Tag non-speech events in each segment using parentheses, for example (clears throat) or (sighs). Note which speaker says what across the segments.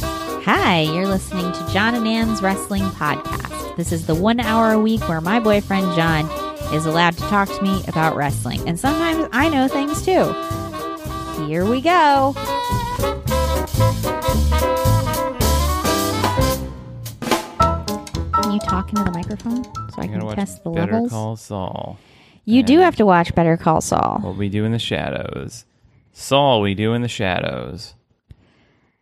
Speaker 1: Hi, you're listening to John and Ann's Wrestling Podcast. This is the one hour a week where my boyfriend John is allowed to talk to me about wrestling. And sometimes I know things too. Here we go. Can you talk into the microphone so I
Speaker 2: I gotta
Speaker 1: can
Speaker 2: watch
Speaker 1: test the
Speaker 2: Better
Speaker 1: levels?
Speaker 2: Call Saul.
Speaker 1: you do
Speaker 2: and-
Speaker 1: have to watch Better Call Saul.
Speaker 2: What we do in the shadows. Saul, we do in the shadows.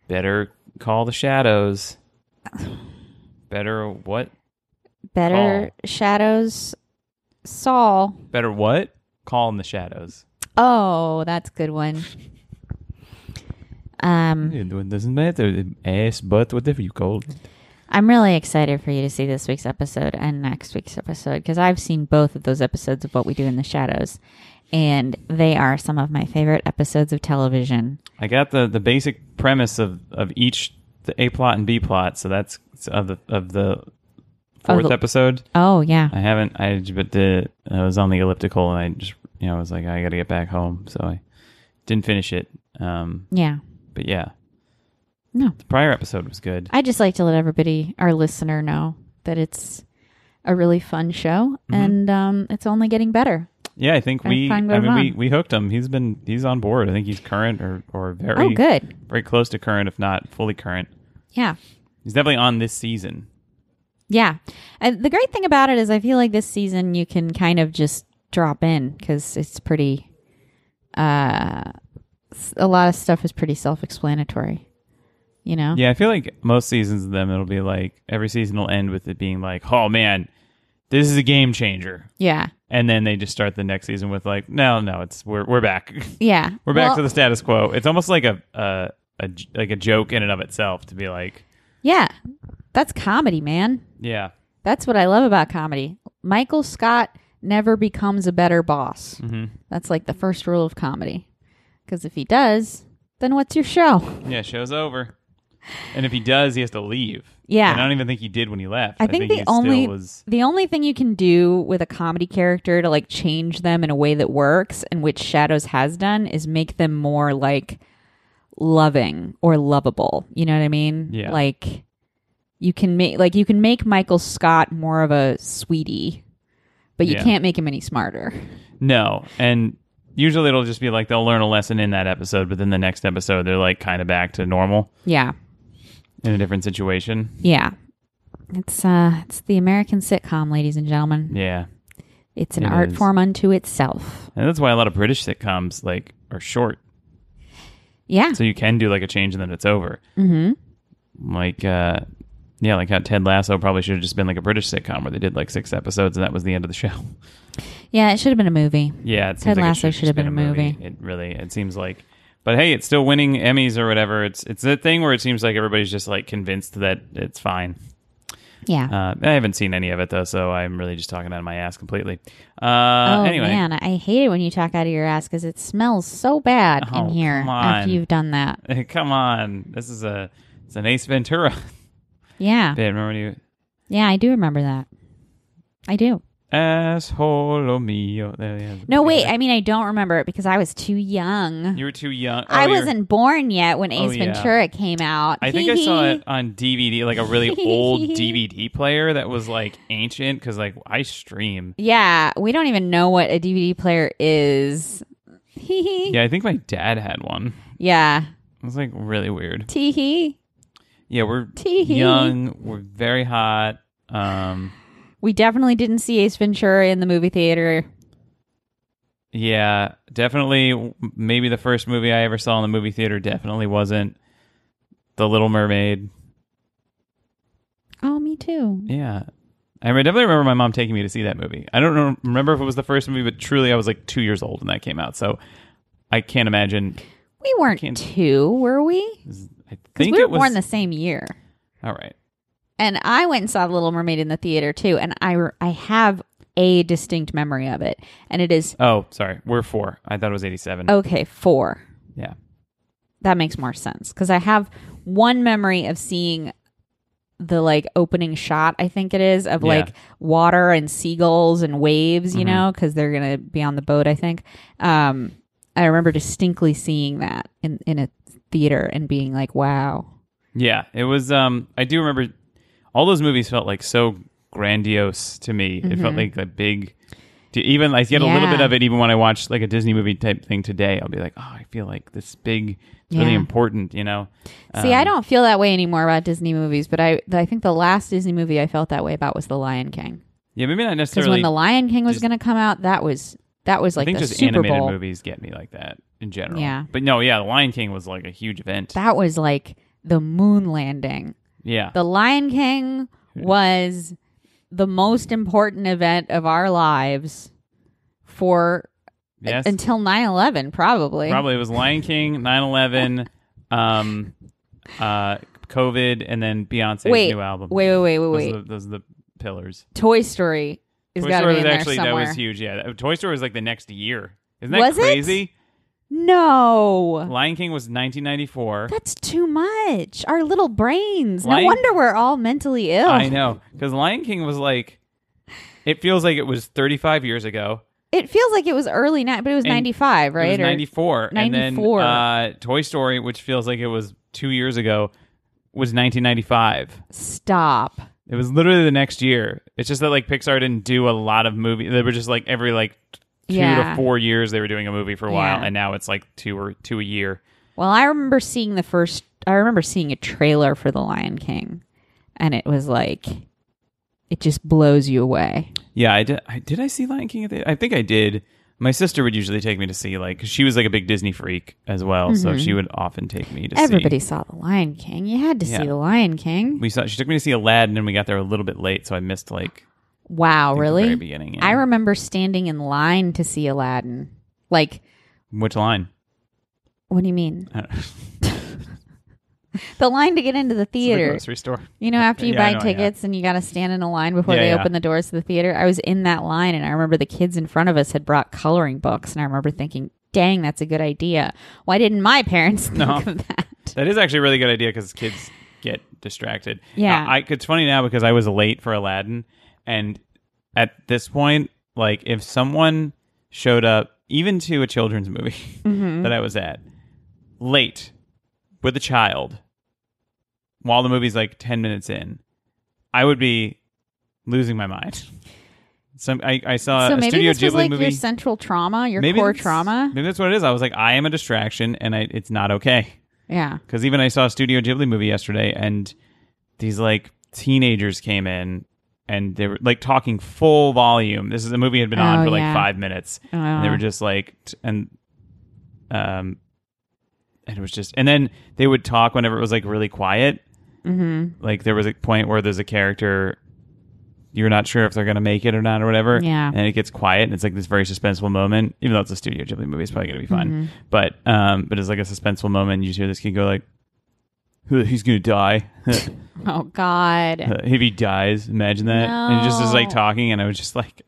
Speaker 2: Better call the shadows. Better what?
Speaker 1: Better Shadows Saul.
Speaker 2: Better what? Call in the shadows.
Speaker 1: Oh, that's a good
Speaker 2: (laughs)
Speaker 1: one. Um,
Speaker 2: It doesn't matter. Ass, butt, whatever you call it.
Speaker 1: I'm really excited for you to see this week's episode and next week's episode because I've seen both of those episodes of What We Do in the Shadows, and they are some of my favorite episodes of television.
Speaker 2: I got the, the basic premise of, of each the A plot and B plot. So that's of the of the fourth
Speaker 1: the-
Speaker 2: episode.
Speaker 1: Oh yeah,
Speaker 2: I haven't. I j- but the I was on the elliptical and I just you know I was like I got to get back home, so I didn't finish it. Um,
Speaker 1: yeah.
Speaker 2: but yeah,
Speaker 1: No,
Speaker 2: the prior episode was good.
Speaker 1: I just like to let everybody, our listener, know that it's a really fun show,
Speaker 2: Mm-hmm.
Speaker 1: and um, it's only getting better.
Speaker 2: Yeah, I think
Speaker 1: I
Speaker 2: we. I,
Speaker 1: find we're
Speaker 2: mean, we,
Speaker 1: wrong.
Speaker 2: we hooked him. He's been he's on board. I think he's current or or very
Speaker 1: Oh, good.
Speaker 2: very close to current, if not fully current.
Speaker 1: Yeah.
Speaker 2: He's definitely on this season.
Speaker 1: Yeah. And the great thing about it is I feel like this season you can kind of just drop in cuz it's pretty uh s- a lot of stuff is pretty self-explanatory. You know?
Speaker 2: Yeah, I feel like most seasons of them, it'll be like every season will end with it being like, oh man, this is a game changer,
Speaker 1: Yeah.
Speaker 2: and then they just start the next season with like, no, no, it's we're we're back. (laughs)
Speaker 1: Yeah.
Speaker 2: We're back
Speaker 1: Well,
Speaker 2: to the status quo. It's almost like a, a, a j- like a joke in and of itself to be like,
Speaker 1: Yeah. That's comedy, man.
Speaker 2: yeah,
Speaker 1: That's what I love about comedy. Michael Scott never becomes a better boss.
Speaker 2: Mm-hmm.
Speaker 1: That's like the first rule of comedy. Cuz if he does, then what's your show?
Speaker 2: yeah, show's over. And if he does, he has to leave.
Speaker 1: Yeah.
Speaker 2: and I don't even think he did when he left.
Speaker 1: I think,
Speaker 2: he
Speaker 1: the only
Speaker 2: still was
Speaker 1: the only thing you can do with a comedy character to like change them in a way that works and which Shadows has done is make them more like loving or lovable. You know what I mean?
Speaker 2: Yeah.
Speaker 1: Like you can make like you can make Michael Scott more of a sweetie, but you
Speaker 2: Yeah.
Speaker 1: can't make him any smarter.
Speaker 2: no. And usually it'll just be like they'll learn a lesson in that episode, but then the next episode they're like kind of back to normal
Speaker 1: Yeah.
Speaker 2: in a different situation.
Speaker 1: Yeah. It's uh it's the American sitcom, ladies and gentlemen.
Speaker 2: Yeah,
Speaker 1: It's an
Speaker 2: It
Speaker 1: art
Speaker 2: is.
Speaker 1: form unto itself.
Speaker 2: and that's why a lot of British sitcoms like are short,
Speaker 1: Yeah.
Speaker 2: so you can do like a change and then it's over.
Speaker 1: mm-hmm.
Speaker 2: like uh yeah like how ted lasso probably should have just been like a british sitcom where they did like six episodes and that was the end of the show (laughs)
Speaker 1: Yeah, it should have been a movie.
Speaker 2: yeah it seems
Speaker 1: Ted
Speaker 2: like it
Speaker 1: Lasso
Speaker 2: should've
Speaker 1: should have
Speaker 2: just
Speaker 1: been a movie.
Speaker 2: it really it seems like but hey it's still winning emmys or whatever it's it's that thing where it seems like everybody's just like convinced that it's fine
Speaker 1: Yeah.
Speaker 2: uh, i haven't seen any of it though so i'm really just talking out of my ass completely uh
Speaker 1: oh
Speaker 2: anyway
Speaker 1: man, I hate it when you talk out of your ass because it smells so bad
Speaker 2: Oh,
Speaker 1: in here
Speaker 2: come
Speaker 1: after
Speaker 2: on.
Speaker 1: you've done that.
Speaker 2: (laughs) come on this is a it's an ace
Speaker 1: (laughs)
Speaker 2: ventura
Speaker 1: Yeah,
Speaker 2: bit remember when you
Speaker 1: yeah, I do remember that. I do.
Speaker 2: asshole mio There, yeah.
Speaker 1: No, wait. I mean, I don't remember it because I was too young.
Speaker 2: you were too young Oh,
Speaker 1: I
Speaker 2: you were-
Speaker 1: wasn't born yet when Ace
Speaker 2: Oh, yeah.
Speaker 1: Ventura came out.
Speaker 2: I think I saw it on DVD, like a really old DVD player that was like ancient because like I
Speaker 1: (laughs)
Speaker 2: stream.
Speaker 1: Yeah, we don't even know what a DVD player is. Hee hee.
Speaker 2: Yeah, I think my dad had one.
Speaker 1: Yeah.
Speaker 2: It was like really weird.
Speaker 1: Tee hee.
Speaker 2: Yeah, we're
Speaker 1: Tee hee.
Speaker 2: young, we're very hot. Um,
Speaker 1: We definitely didn't see Ace Ventura in the movie theater.
Speaker 2: yeah, definitely. Maybe the first movie I ever saw in the movie theater definitely wasn't The Little Mermaid.
Speaker 1: Oh, me too.
Speaker 2: Yeah. I re- definitely remember my mom taking me to see that movie. I don't know, remember if it was the first movie, but truly I was like two years old when that came out. So I can't imagine.
Speaker 1: We weren't
Speaker 2: can't-
Speaker 1: two, were we?
Speaker 2: I
Speaker 1: Because
Speaker 2: think
Speaker 1: we were
Speaker 2: it was
Speaker 1: born the same year.
Speaker 2: All right.
Speaker 1: And I went and saw The Little Mermaid in the theater too. And I, re- I have a distinct memory of it. And it is,
Speaker 2: Oh, sorry. We're four. I thought it was 87.
Speaker 1: okay, four.
Speaker 2: Yeah.
Speaker 1: That makes more sense. Because I have one memory of seeing the like opening shot, I think it is, of
Speaker 2: Yeah. Mm-hmm.
Speaker 1: like water and seagulls and waves, you know, know, because they're going to be on the boat, I think. Um, I remember distinctly seeing that in, in a theater and being like, wow,
Speaker 2: Yeah, it was. Um, I do remember all those movies felt like so grandiose to me. It felt like a big, to even like get a little
Speaker 1: Mm-hmm. Yeah.
Speaker 2: bit of it. Even when I watch like a Disney movie type thing today, I'll be like, oh, I feel like this big, it's really
Speaker 1: Yeah.
Speaker 2: important. You know.
Speaker 1: See, I
Speaker 2: Um,
Speaker 1: don't feel that way anymore about Disney movies, but I I think the last Disney movie I felt that way about was The Lion King.
Speaker 2: Yeah, maybe not
Speaker 1: Because
Speaker 2: necessarily.
Speaker 1: when The Lion King was
Speaker 2: just-
Speaker 1: going to come out, that was that was
Speaker 2: I
Speaker 1: like
Speaker 2: think
Speaker 1: the
Speaker 2: just
Speaker 1: Super
Speaker 2: animated
Speaker 1: Bowl.
Speaker 2: movies get me like that in general.
Speaker 1: Yeah.
Speaker 2: But no, yeah, The Lion King was like a huge event.
Speaker 1: That was like the moon landing.
Speaker 2: yeah.
Speaker 1: The Lion King was the most important event of our lives for
Speaker 2: yes.
Speaker 1: until 9/11 probably.
Speaker 2: Probably it was Lion King, 9/11, um, uh, COVID, and then Beyonce's
Speaker 1: Wait,
Speaker 2: new album.
Speaker 1: Wait, wait, wait, wait,
Speaker 2: those,
Speaker 1: wait.
Speaker 2: Are the, those are the pillars.
Speaker 1: Toy Story is got to be in there
Speaker 2: actually
Speaker 1: somewhere.
Speaker 2: that was huge. Yeah, That- Toy Story was like the next year. Isn't that
Speaker 1: Was it?
Speaker 2: crazy?
Speaker 1: no.
Speaker 2: Lion King was 1994.
Speaker 1: That's too much. Our little brains.
Speaker 2: Lion-
Speaker 1: no wonder we're all mentally ill.
Speaker 2: I know because Lion King was like, it feels like it was 35 years ago.
Speaker 1: It feels like it was early night, but it was
Speaker 2: And
Speaker 1: 95,
Speaker 2: It
Speaker 1: right?
Speaker 2: was
Speaker 1: Or-
Speaker 2: 94. And then
Speaker 1: 94.
Speaker 2: uh, Toy Story, which feels like it was two years ago, was 1995.
Speaker 1: Stop.
Speaker 2: It was literally the next year. It's just that like Pixar didn't do a lot of movie. They were just like every like t- two
Speaker 1: Yeah.
Speaker 2: to four years they were doing a movie for a while,
Speaker 1: Yeah.
Speaker 2: and now it's like two or two a year.
Speaker 1: Well, I remember seeing the first. I remember seeing a trailer for The Lion King, and it was like, it just blows you away.
Speaker 2: Yeah, I did. I, did I see Lion King? At the, I think I did. My sister would usually take me to see like 'cause she was like a big Disney freak as well, so she would often take me to see.
Speaker 1: Mm-hmm. Everybody saw The Lion King. You had to
Speaker 2: Yeah.
Speaker 1: see The Lion King.
Speaker 2: We saw. She took me to see Aladdin, and we got there a little bit late, so I missed like
Speaker 1: Wow,
Speaker 2: the very
Speaker 1: really?
Speaker 2: beginning.
Speaker 1: I
Speaker 2: yeah.
Speaker 1: remember standing in line to see Aladdin. Like,
Speaker 2: which line? (laughs)
Speaker 1: what do you mean?
Speaker 2: I don't know.
Speaker 1: The line to get into the
Speaker 2: The
Speaker 1: theater.
Speaker 2: grocery store.
Speaker 1: You know, after you
Speaker 2: Yeah, I
Speaker 1: buy
Speaker 2: know, yeah.
Speaker 1: tickets and you got to stand in a line before
Speaker 2: Yeah,
Speaker 1: they
Speaker 2: yeah.
Speaker 1: open the doors to the theater. I was in that line, and I remember the kids in front of us had brought coloring books, and I remember thinking, "Dang, that's a good idea. Why didn't my parents think
Speaker 2: No.
Speaker 1: of that?"
Speaker 2: That is actually a really good idea because kids get distracted.
Speaker 1: Yeah.
Speaker 2: Uh, I, it's funny now because I was late for Aladdin, and at this point, like if someone showed up even to a children's movie (laughs)
Speaker 1: Mm-hmm.
Speaker 2: that I was at late with a child while the movie's like ten minutes in, I would be losing my mind. (laughs) Some I, I saw
Speaker 1: so
Speaker 2: Uh, a
Speaker 1: maybe
Speaker 2: Studio
Speaker 1: this was
Speaker 2: Ghibli
Speaker 1: like
Speaker 2: movie.
Speaker 1: your central trauma, your
Speaker 2: maybe
Speaker 1: core
Speaker 2: that's-
Speaker 1: trauma.
Speaker 2: Maybe that's what it is. I was like, I am a distraction, and I, it's not okay.
Speaker 1: Yeah,
Speaker 2: Because even I saw a Studio Ghibli movie yesterday, and these like teenagers came in and they were like talking full volume. This is the movie had been on
Speaker 1: Oh,
Speaker 2: for like
Speaker 1: yeah.
Speaker 2: five minutes, and they
Speaker 1: Oh.
Speaker 2: were just like, t- and um, and it was just, and then they would talk whenever it was like really quiet. Mm-hmm. Like there was a point where there's a character. You're not sure if they're gonna make it or not or whatever,
Speaker 1: Yeah.
Speaker 2: And it gets quiet, and it's like this very suspenseful moment. Even though it's a Studio Ghibli movie, it's probably gonna be fun. But um, but it's like a suspenseful moment. You just hear this kid go like, "Who- "He's gonna die." (laughs)
Speaker 1: oh God,
Speaker 2: Uh, (laughs) if he dies, imagine that. And he just is like
Speaker 1: No.
Speaker 2: talking, and I was just like,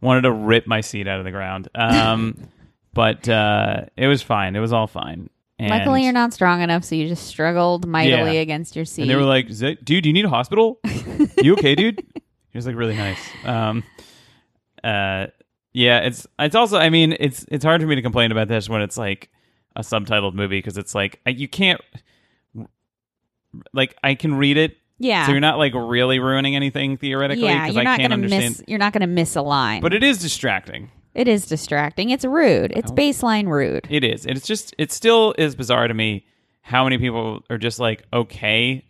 Speaker 2: wanted to rip my seat out of the ground.
Speaker 1: (laughs)
Speaker 2: Um, but uh, it was fine. It was all fine. And,
Speaker 1: luckily you're not strong enough, so you just struggled mightily
Speaker 2: Yeah.
Speaker 1: against your seat.
Speaker 2: And they were like, "Is that- dude, do you need a hospital? you
Speaker 1: (laughs)
Speaker 2: okay, dude? He was like really nice. Um, uh, yeah, it's it's also. I mean, it's it's hard for me to complain about this when it's like a subtitled movie because it's like I- you can't. Like I can read it
Speaker 1: "Yeah,
Speaker 2: so you're not like really ruining anything theoretically
Speaker 1: yeah,
Speaker 2: because
Speaker 1: you're
Speaker 2: I
Speaker 1: not
Speaker 2: can't
Speaker 1: gonna
Speaker 2: understand.
Speaker 1: miss, you're not gonna miss a line."
Speaker 2: But it is distracting.
Speaker 1: it is distracting. It's rude. It's baseline rude.
Speaker 2: It is. It's just it still is bizarre to me how many people are just like okay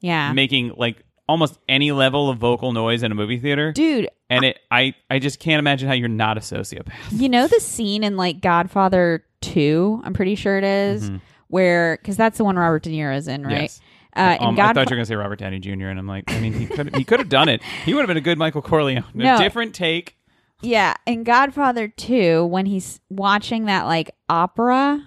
Speaker 1: yeah,
Speaker 2: making like almost any level of vocal noise in a movie theater.
Speaker 1: dude.
Speaker 2: and it I I just can't imagine how you're not a sociopath.
Speaker 1: You know the scene in like Godfather 2, I'm pretty sure it is, where cuz that's the one Robert De Niro's in, right?
Speaker 2: Mm-hmm. Yes.
Speaker 1: Uh in
Speaker 2: Um, I
Speaker 1: Godfather
Speaker 2: thought you were gonna say Robert Downey Jr. and I'm like, I mean, he could he could have done it. He would have been a good Michael Corleone. A
Speaker 1: No.
Speaker 2: different take.
Speaker 1: Yeah, in Godfather 2 when he's watching that like opera,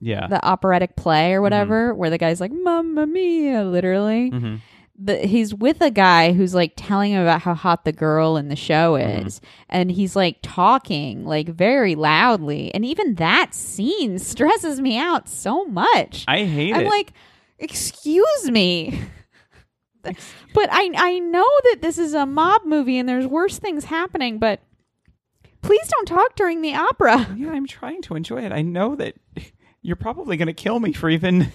Speaker 2: Yeah,
Speaker 1: the operatic play
Speaker 2: Mm-hmm.
Speaker 1: or whatever where the guy's like mamma mia literally.
Speaker 2: Mhm.
Speaker 1: The, he's with a guy who's like telling him about how hot the girl in the show
Speaker 2: Mm-hmm.
Speaker 1: is and he's like talking like very loudly and even that scene stresses me out so much.
Speaker 2: I hate
Speaker 1: I'm
Speaker 2: it.
Speaker 1: like, excuse
Speaker 2: (laughs)
Speaker 1: me. but I I know that this is a mob movie and there's worse things happening, but please don't talk during the opera.
Speaker 2: yeah, I'm trying to enjoy it. I know that you're probably gonna kill me for even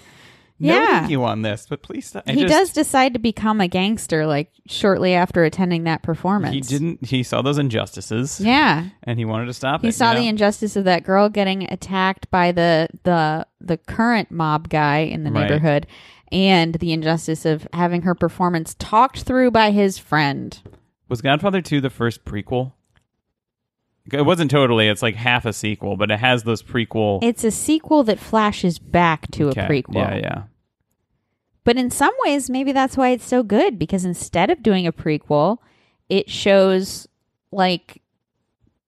Speaker 1: Yeah.
Speaker 2: noting you on this, but please stop. I
Speaker 1: he
Speaker 2: just-
Speaker 1: does decide to become a gangster like shortly after attending that performance.
Speaker 2: He didn't. He saw those injustices,
Speaker 1: Yeah.
Speaker 2: and he wanted to stop it.
Speaker 1: He saw
Speaker 2: you know?
Speaker 1: the injustice of that girl getting attacked by the the the current mob guy in the
Speaker 2: Right.
Speaker 1: neighborhood and the injustice of having her performance talked through by his friend.
Speaker 2: was Godfather Two the first prequel. It wasn't totally. It's like half a sequel, but it has those prequel.
Speaker 1: It's a sequel that flashes back to
Speaker 2: Okay.
Speaker 1: a prequel.
Speaker 2: Yeah, yeah.
Speaker 1: But in some ways, maybe that's why it's so good because instead of doing a prequel, it shows like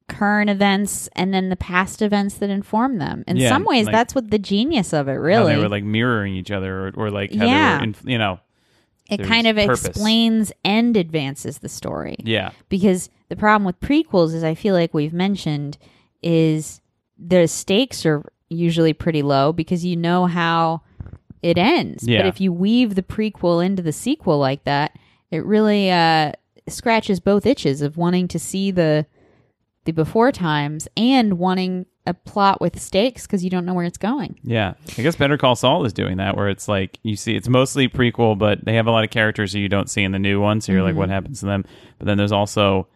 Speaker 1: current events and then the past events that inform them. In
Speaker 2: Yeah,
Speaker 1: some ways,
Speaker 2: like-
Speaker 1: that's what the genius of it
Speaker 2: How
Speaker 1: really.
Speaker 2: they were like mirroring each other, or, or like how
Speaker 1: Yeah.
Speaker 2: they were, in, you know,
Speaker 1: it
Speaker 2: there's
Speaker 1: kind of
Speaker 2: purpose.
Speaker 1: explains and advances the story.
Speaker 2: yeah,
Speaker 1: Because the problem with prequels, as I feel like we've mentioned, is the stakes are usually pretty low because you know how it ends.
Speaker 2: Yeah.
Speaker 1: But if you weave the prequel into the sequel like that, it really uh, scratches both itches of wanting to see the the before times and wanting a plot with stakes because you don't know where it's going.
Speaker 2: yeah. I guess Better Call Saul is doing that, where it's like you see, it's mostly prequel, but they have a lot of characters that you don't see in the new one, so you're
Speaker 1: Mm-hmm.
Speaker 2: like, what happens to them? But then there's also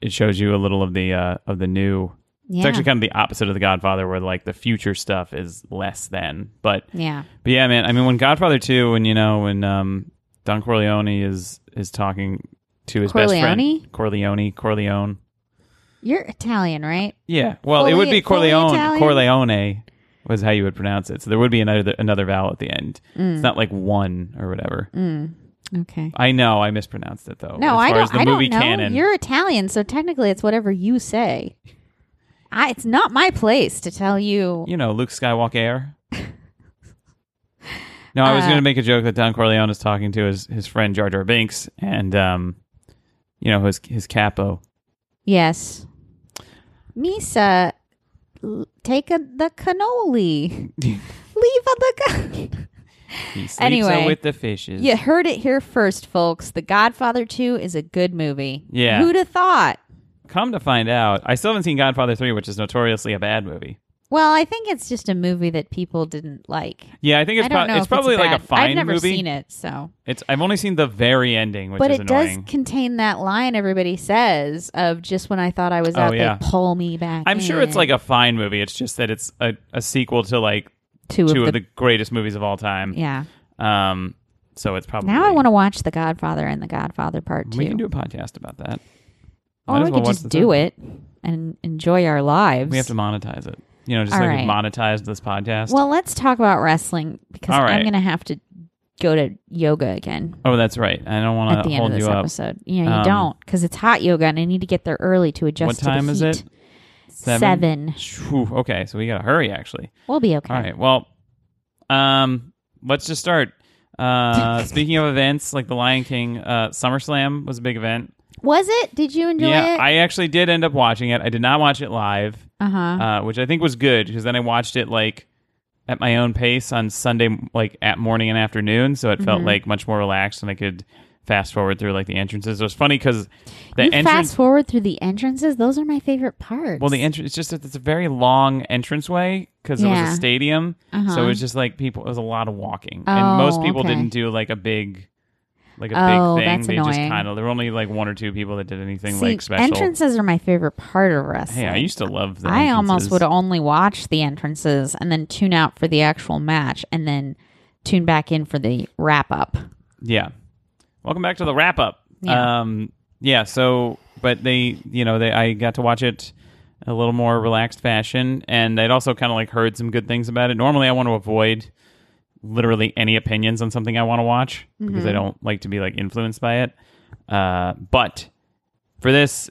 Speaker 2: it shows you a little of the uh, of the new.
Speaker 1: Yeah.
Speaker 2: It's actually kind of the opposite of the Godfather, where like the future stuff is less than, but
Speaker 1: yeah.
Speaker 2: But yeah, man. I mean, when Godfather Two, when you know, when um, Don Corleone is is talking to his best
Speaker 1: Corleone?
Speaker 2: friend Corleone, Corleone.
Speaker 1: You're Italian, right?
Speaker 2: Yeah. Well, it
Speaker 1: Fully-
Speaker 2: would be
Speaker 1: fully
Speaker 2: Corleone.
Speaker 1: Italian?
Speaker 2: Corleone was how you would pronounce it. So there would be another another vowel at the end.
Speaker 1: Mm.
Speaker 2: It's not like one or whatever.
Speaker 1: Okay.
Speaker 2: I know I mispronounced it though.
Speaker 1: No,
Speaker 2: as
Speaker 1: I
Speaker 2: far as
Speaker 1: don't.
Speaker 2: the
Speaker 1: I
Speaker 2: movie
Speaker 1: don't know.
Speaker 2: canon.
Speaker 1: You're Italian, so technically, it's whatever you say. I, it's not my place to tell you.
Speaker 2: you know, Luke
Speaker 1: (laughs)
Speaker 2: Skywalker. no, I was
Speaker 1: Uh,
Speaker 2: going to make a joke that Don Corleone is talking to his, his friend Jar Jar Binks and, um, you know, his his capo.
Speaker 1: Yes, Misa, l- take a, the
Speaker 2: (laughs)
Speaker 1: cannoli. Leave a, the. Ca-
Speaker 2: He sleeps
Speaker 1: Anyway.
Speaker 2: with the fishes.
Speaker 1: you heard it here first, folks. The Godfather Two is a good movie.
Speaker 2: Yeah.
Speaker 1: who'd have thought?
Speaker 2: Come to find out, I still haven't seen Godfather 3, which is notoriously a bad movie.
Speaker 1: Well, I think it's just a movie that people didn't like.
Speaker 2: Yeah, I think it's,
Speaker 1: I don't
Speaker 2: pro-
Speaker 1: know.
Speaker 2: it's
Speaker 1: if
Speaker 2: probably like
Speaker 1: bad-
Speaker 2: a fine
Speaker 1: I've never
Speaker 2: movie.
Speaker 1: seen it, so
Speaker 2: It's I've only seen the very ending, which
Speaker 1: but
Speaker 2: is
Speaker 1: it
Speaker 2: annoying.
Speaker 1: does contain that line everybody says of just when I thought I was
Speaker 2: Oh,
Speaker 1: out,
Speaker 2: yeah.
Speaker 1: they pull me back.
Speaker 2: I'm sure it's
Speaker 1: in."
Speaker 2: like a fine movie. It's just that it's a, a sequel to like
Speaker 1: two,
Speaker 2: two
Speaker 1: of, the,
Speaker 2: greatest movies of all time.
Speaker 1: (laughs) yeah.
Speaker 2: Um, so it's probably
Speaker 1: Now I want to watch The Godfather and The Godfather Part Two,
Speaker 2: We can do a podcast about that.
Speaker 1: or we could just do it and enjoy our lives.
Speaker 2: We have to monetize it. You know, just
Speaker 1: All
Speaker 2: like we
Speaker 1: right.
Speaker 2: monetized this podcast.
Speaker 1: Well, let's talk about wrestling because
Speaker 2: All right.
Speaker 1: I'm going to have to go to yoga again
Speaker 2: oh, that's right. I
Speaker 1: at
Speaker 2: don't want
Speaker 1: the
Speaker 2: to
Speaker 1: end
Speaker 2: hold
Speaker 1: of this
Speaker 2: you up.
Speaker 1: episode. Yeah, you
Speaker 2: Um,
Speaker 1: don't because it's hot yoga, and I need to get there early to adjust.
Speaker 2: What
Speaker 1: to the
Speaker 2: time is
Speaker 1: heat.
Speaker 2: it?
Speaker 1: Seven.
Speaker 2: Phew, okay, so we gotta hurry. Actually,
Speaker 1: We'll be okay.
Speaker 2: all right. Well, um, let's just start.
Speaker 1: (laughs)
Speaker 2: Uh, speaking of events, like the Lion King, uh, SummerSlam was a big event.
Speaker 1: Was it? Did you enjoy
Speaker 2: yeah,
Speaker 1: it?
Speaker 2: I actually did end up watching it. I did not watch it live,
Speaker 1: uh-huh.
Speaker 2: uh, which I think was good because then I watched it like at my own pace on Sunday, like at morning and afternoon. So it felt
Speaker 1: Mm-hmm.
Speaker 2: like much more relaxed, and I could fast forward through like the entrances. It was funny because the
Speaker 1: you
Speaker 2: entrance.
Speaker 1: fast forward through the entrances; those are my favorite parts.
Speaker 2: Well, the entrance it's just that it's a very long entranceway because it was
Speaker 1: Yeah.
Speaker 2: a stadium, so it
Speaker 1: Uh-huh.
Speaker 2: was just like people. It was a lot of walking,
Speaker 1: Oh,
Speaker 2: and most people
Speaker 1: okay.
Speaker 2: didn't do like a big, like a
Speaker 1: Oh,
Speaker 2: big thing.
Speaker 1: that's
Speaker 2: they just
Speaker 1: annoying.
Speaker 2: kind of there were only like one or two people that did anything
Speaker 1: See,
Speaker 2: like special.
Speaker 1: entrances are my favorite part of wrestling.
Speaker 2: hey, I used to love that.
Speaker 1: I almost would only watch the entrances and then tune out for the actual match, and then tune back in for the wrap up.
Speaker 2: Yeah. Welcome back to the wrap up.
Speaker 1: Yeah.
Speaker 2: Um. Yeah. So, but they, you know, they I got to watch it a little more relaxed fashion, and I'd also kind of like heard some good things about it. Normally, I want to avoid literally any opinions on something I want to watch because I don't like to be like influenced by it. Uh, but for this,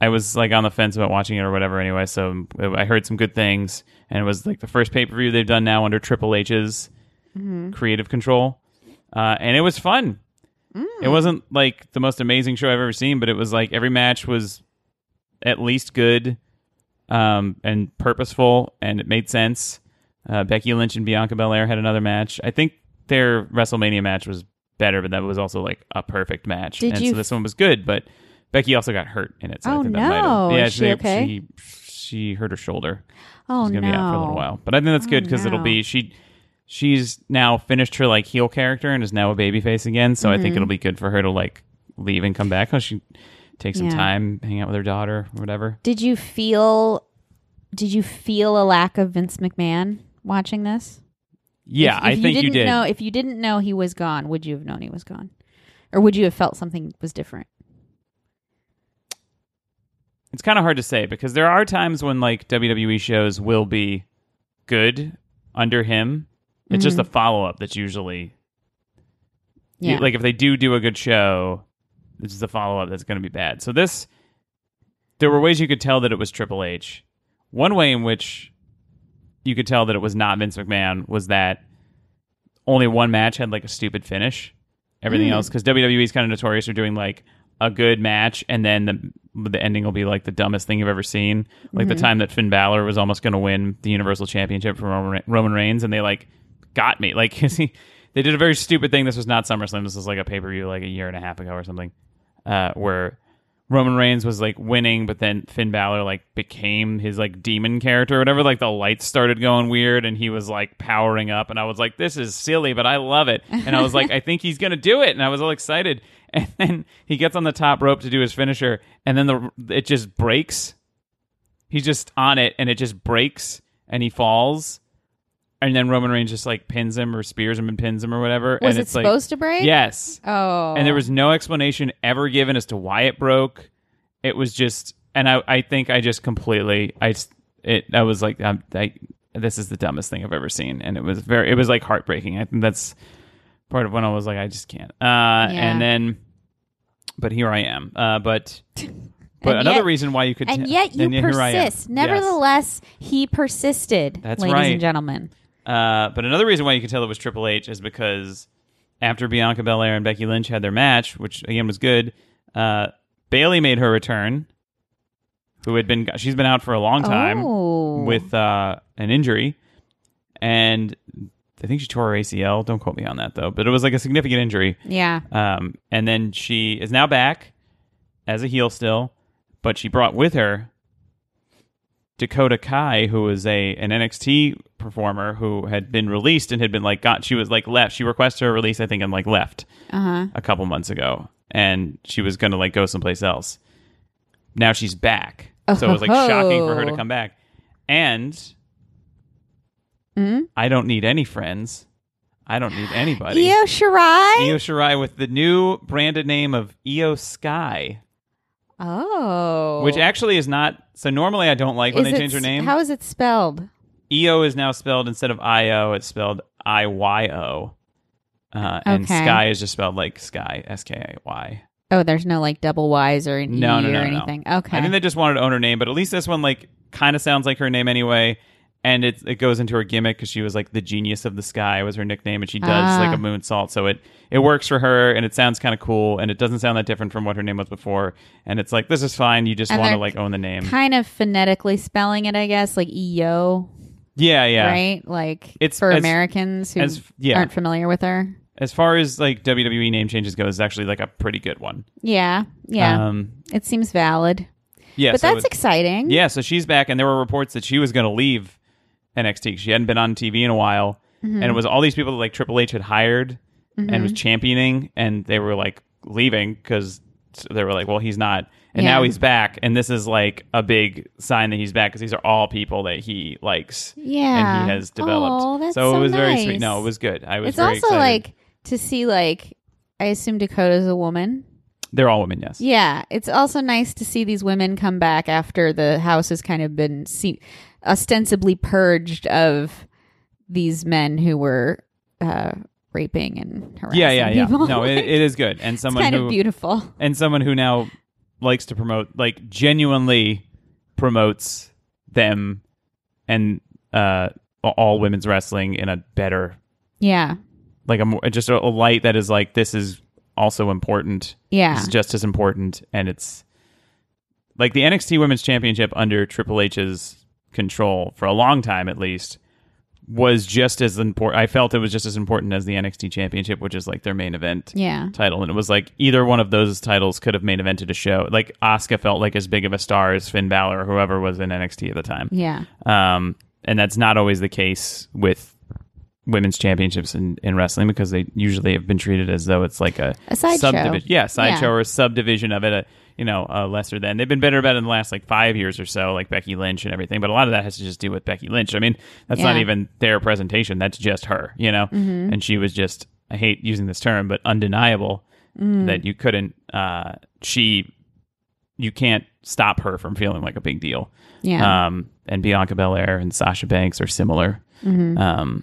Speaker 2: I was like on the fence about watching it or whatever anyway. So uh, I heard some good things, and it was like the first pay per view they've done now under Triple H's
Speaker 1: Mm-hmm.
Speaker 2: creative control, uh, and it was fun.
Speaker 1: Mm.
Speaker 2: It wasn't like the most amazing show I've ever seen, but it was like every match was at least good um, and purposeful, and it made sense. Uh, Becky Lynch and Bianca Belair had another match. I think their WrestleMania match was better, but that was also like a perfect match.
Speaker 1: Did
Speaker 2: and
Speaker 1: you-
Speaker 2: so this one was good, but Becky also got hurt in it. So I
Speaker 1: Oh,
Speaker 2: think that might have-
Speaker 1: no.
Speaker 2: Yeah,
Speaker 1: Is she okay?
Speaker 2: She, she hurt her shoulder.
Speaker 1: Oh
Speaker 2: She's
Speaker 1: no!
Speaker 2: gonna be out for a little while, but I think that's
Speaker 1: Oh,
Speaker 2: good because it'll
Speaker 1: no.
Speaker 2: be she. she's now finished her like heel character and is now a babyface again. So I think
Speaker 1: Mm-hmm.
Speaker 2: it'll be good for her to like leave and come back. Cause she takes some
Speaker 1: Yeah.
Speaker 2: time, hang out with her daughter, or whatever.
Speaker 1: Did you feel? Did you feel a lack of Vince McMahon watching this?
Speaker 2: Yeah,
Speaker 1: If-
Speaker 2: I
Speaker 1: if
Speaker 2: think you,
Speaker 1: didn't
Speaker 2: did.
Speaker 1: Know, if you didn't know he was gone, would you have known he was gone, or would you have felt something was different?
Speaker 2: It's kind of hard to say because there are times when like WWE shows will be good under him. It's
Speaker 1: Mm-hmm.
Speaker 2: just the follow up that's usually
Speaker 1: Yeah.
Speaker 2: like if they do do a good show, this is the follow up that's going to be bad. So this, there were ways you could tell that it was Triple H. One way in which you could tell that it was not Vince McMahon was that only one match had like a stupid finish. Everything else, because WWE is kind of notorious for doing like a good match and then the the ending will be like the dumbest thing you've ever seen. Like the time that Finn Balor was almost going to win the Universal Championship from Roman, Re- Roman Reigns, and they like got me. Like (laughs) 'cause he, they did a very stupid thing. This was not SummerSlam. This was like a pay per view like a year and a half ago or something, uh, where Roman Reigns was like winning, but then Finn Balor like became his like demon character or whatever. Like the lights started going weird and he was like powering up. And I was like, this is silly, but I love it. And I
Speaker 1: (laughs)
Speaker 2: was like, I think he's going to do it. And I was all excited. (laughs) And then he gets on the top rope to do his finisher. And then the it just breaks. He's just on it and it just breaks and he falls. And then Roman Reigns just like pins him or spears him and pins him or whatever.
Speaker 1: was
Speaker 2: and
Speaker 1: it
Speaker 2: it's like,
Speaker 1: supposed to break?
Speaker 2: Yes.
Speaker 1: Oh.
Speaker 2: And there was no explanation ever given as to why it broke. It was just, and I, I think I just completely, I, s- it, I was like, I'm, I, this is the dumbest thing I've ever seen, and it was very, it was like heartbreaking. I think that's part of when I was like, I just can't. Uh,
Speaker 1: Yeah.
Speaker 2: And then, but here I am. Uh, but, but
Speaker 1: And
Speaker 2: another
Speaker 1: yet-
Speaker 2: reason why you could,
Speaker 1: And
Speaker 2: t-
Speaker 1: yet you
Speaker 2: and here I am.
Speaker 1: persist.
Speaker 2: Yes.
Speaker 1: Nevertheless, he persisted,
Speaker 2: That's
Speaker 1: ladies
Speaker 2: right.
Speaker 1: and gentlemen.
Speaker 2: Uh, but another reason why you could tell it was Triple H is because after Bianca Belair and Becky Lynch had their match, which again was good, uh, Bailey made her return, who had been she's been out for a long time
Speaker 1: Oh.
Speaker 2: with uh, an injury, and I think she tore her ACL. Don't quote me on that though, but it was like a significant injury.
Speaker 1: Yeah.
Speaker 2: Um, and then she is now back as a heel still, but she brought with her Dakota Kai, who was a an NXT performer who had been released and had been like got she was like left. She requested her release, I think, and like left
Speaker 1: Uh-huh.
Speaker 2: a couple months ago, and she was gonna like go someplace else. Now she's back, so it was like shocking for her to
Speaker 1: Oh.
Speaker 2: come back. And
Speaker 1: Hmm?
Speaker 2: I don't need any friends. I don't need anybody.
Speaker 1: Io Shirai?
Speaker 2: Io Shirai with the new branded name of Io Sky,
Speaker 1: oh.
Speaker 2: which actually is not. So normally I don't like when
Speaker 1: Is
Speaker 2: they
Speaker 1: it
Speaker 2: change her
Speaker 1: s-
Speaker 2: name.
Speaker 1: How is it spelled?
Speaker 2: Io is now spelled instead of I O, it's spelled I Y O, uh, and
Speaker 1: Okay.
Speaker 2: Sky is just spelled like Sky S K A Y.
Speaker 1: Oh, there's no like double Y's or an
Speaker 2: No,
Speaker 1: E
Speaker 2: no, no,
Speaker 1: or
Speaker 2: no.
Speaker 1: anything. Okay.
Speaker 2: I think they just wanted to own her name, but at least this one like kind of sounds like her name anyway. And it it goes into her gimmick because she was like the genius of the sky was her nickname, and she does
Speaker 1: Ah.
Speaker 2: like a moonsault, so it it works for her, and it sounds kind of cool, and it doesn't sound that different from what her name was before. And it's like this is fine. You just
Speaker 1: And
Speaker 2: want to
Speaker 1: they're
Speaker 2: like own the name.
Speaker 1: kind of phonetically spelling it, I guess, like EO,
Speaker 2: yeah, yeah.
Speaker 1: right? Like
Speaker 2: It's-
Speaker 1: for
Speaker 2: as-
Speaker 1: Americans who
Speaker 2: as- yeah.
Speaker 1: aren't familiar with her.
Speaker 2: As far as like WWE name changes goes, it's actually like a pretty good one.
Speaker 1: Yeah. Yeah.
Speaker 2: Um,
Speaker 1: it seems valid.
Speaker 2: yeah.
Speaker 1: But
Speaker 2: so
Speaker 1: that's
Speaker 2: it-
Speaker 1: exciting.
Speaker 2: Yeah, so she's back, and there were reports that she was going to leave NXT. She hadn't been on TV in a while,
Speaker 1: Mm-hmm.
Speaker 2: and it was all these people that like Triple H had hired and was championing, and they were like leaving because they were like, "Well, he's not," and now
Speaker 1: Yeah.
Speaker 2: he's back, and this is like a big sign that he's back because these are all people that he likes
Speaker 1: Yeah.
Speaker 2: and he has developed.
Speaker 1: Oh, that's
Speaker 2: so,
Speaker 1: so
Speaker 2: it was very
Speaker 1: nice.
Speaker 2: sweet. No, it was good. I was.
Speaker 1: it's
Speaker 2: very
Speaker 1: also
Speaker 2: excited.
Speaker 1: like to see like I assume Dakota's a woman.
Speaker 2: they're all women. Yes.
Speaker 1: Yeah, it's also nice to see these women come back after the house has kind of been se- ostensibly purged of these men who were uh, raping and harassing
Speaker 2: Yeah, yeah, yeah.
Speaker 1: people.
Speaker 2: No, it, it is good,
Speaker 1: (laughs)
Speaker 2: and
Speaker 1: it's
Speaker 2: someone
Speaker 1: kind
Speaker 2: who
Speaker 1: of beautiful.
Speaker 2: and someone who now likes to promote like genuinely promotes them and uh all women's wrestling in a better
Speaker 1: Yeah,
Speaker 2: like a more just a, a light that is like this is also important
Speaker 1: yeah,
Speaker 2: this is just as important and it's like the NXT Women's Championship under Triple H's control for a long time at least was just as important I felt it was just as important as the NXT Championship which is like their main event
Speaker 1: yeah,
Speaker 2: title and it was like either one of those titles could have main evented a show like Asuka felt like as big of a star as Finn Balor or whoever was in NXT at the time
Speaker 1: yeah,
Speaker 2: um, and that's not always the case with women's championships in, in wrestling because they usually have been treated as though it's like a,
Speaker 1: A sideshow.
Speaker 2: subdivision. Yeah, sideshow
Speaker 1: Yeah.
Speaker 2: or a subdivision of it, a you know, a lesser than. They've been better about it in the last like five years or so, like Becky Lynch and everything. But a lot of that has to just do with Becky Lynch. I mean, that's not
Speaker 1: Yeah.
Speaker 2: even their presentation. That's just her, you know? And she was just I hate using this term, but undeniable that you couldn't uh she you can't stop her from feeling like a big deal.
Speaker 1: Yeah.
Speaker 2: Um, and Bianca Belair and Sasha Banks are similar, um,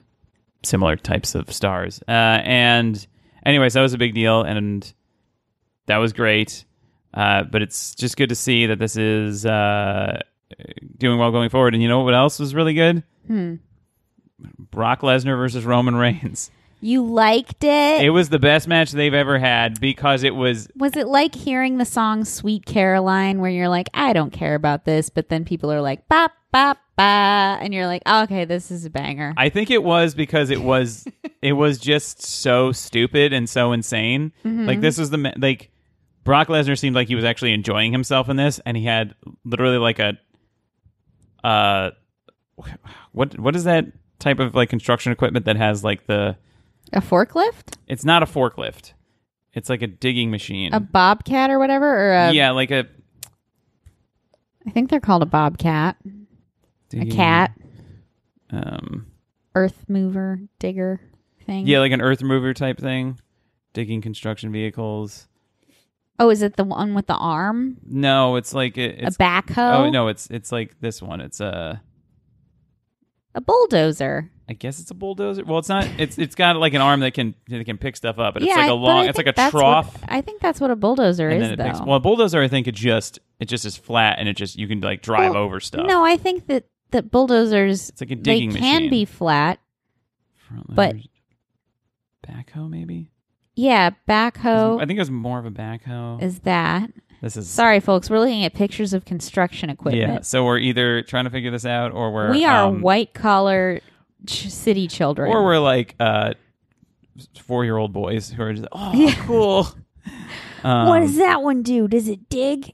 Speaker 2: similar types of stars. Uh, and anyways, that was a big deal, and that was great. Uh, but it's just good to see that this is uh, doing well going forward. And you know what else was really good? Brock Lesnar versus Roman Reigns.
Speaker 1: you liked it?
Speaker 2: It was the best match they've ever had because it was
Speaker 1: Was it like hearing the song Sweet Caroline where you're like, I don't care about this, but then people are like, bop, bop, ba, and you're like, okay, this is a banger.
Speaker 2: I think it was because
Speaker 1: (laughs)
Speaker 2: it was it was just so stupid and so insane.
Speaker 1: Mm-hmm.
Speaker 2: Like this was the ma- like Brock Lesnar seemed like he was actually enjoying himself in this, and he had literally like a uh what what is that type of like construction equipment that has like the
Speaker 1: a forklift?
Speaker 2: it's not a forklift, it's like a digging machine.
Speaker 1: A bobcat or whatever? Or a,
Speaker 2: yeah, like a
Speaker 1: I think they're called a bobcat, a
Speaker 2: digging-
Speaker 1: cat,
Speaker 2: Um,
Speaker 1: earth mover, digger thing.
Speaker 2: yeah, like an earth mover type thing, digging construction vehicles.
Speaker 1: Oh, is it the one with the arm?
Speaker 2: No, it's like it, it's
Speaker 1: a backhoe?
Speaker 2: Oh no, it's it's like this one. It's a
Speaker 1: A bulldozer.
Speaker 2: I guess it's a bulldozer. Well, it's not. It's it's got like an arm that can that can pick stuff up, but it's
Speaker 1: yeah,
Speaker 2: like
Speaker 1: but
Speaker 2: a
Speaker 1: I
Speaker 2: long. It's
Speaker 1: think
Speaker 2: like a
Speaker 1: that's what-
Speaker 2: trough,
Speaker 1: I think that's what a bulldozer
Speaker 2: and
Speaker 1: is,
Speaker 2: then it
Speaker 1: though.
Speaker 2: picks. Well, a bulldozer, I think it just it just is flat, and it just you can like drive
Speaker 1: Well,
Speaker 2: over stuff.
Speaker 1: No, I think that that bulldozers
Speaker 2: it's like a
Speaker 1: they
Speaker 2: digging
Speaker 1: can
Speaker 2: machine.
Speaker 1: be flat.
Speaker 2: Front
Speaker 1: but-
Speaker 2: loaders. backhoe maybe.
Speaker 1: Yeah,
Speaker 2: I
Speaker 1: backhoe
Speaker 2: think it was more of a backhoe.
Speaker 1: is that.
Speaker 2: this is
Speaker 1: Sorry, folks, we're looking at pictures of construction
Speaker 2: yeah.
Speaker 1: equipment.
Speaker 2: So we're either trying to figure this out, or we're
Speaker 1: we are
Speaker 2: um,
Speaker 1: white collar ch- city children.
Speaker 2: or we're like uh, four year old boys who are just oh
Speaker 1: Yeah. (laughs)
Speaker 2: cool. Um,
Speaker 1: what does that one do? Does it dig?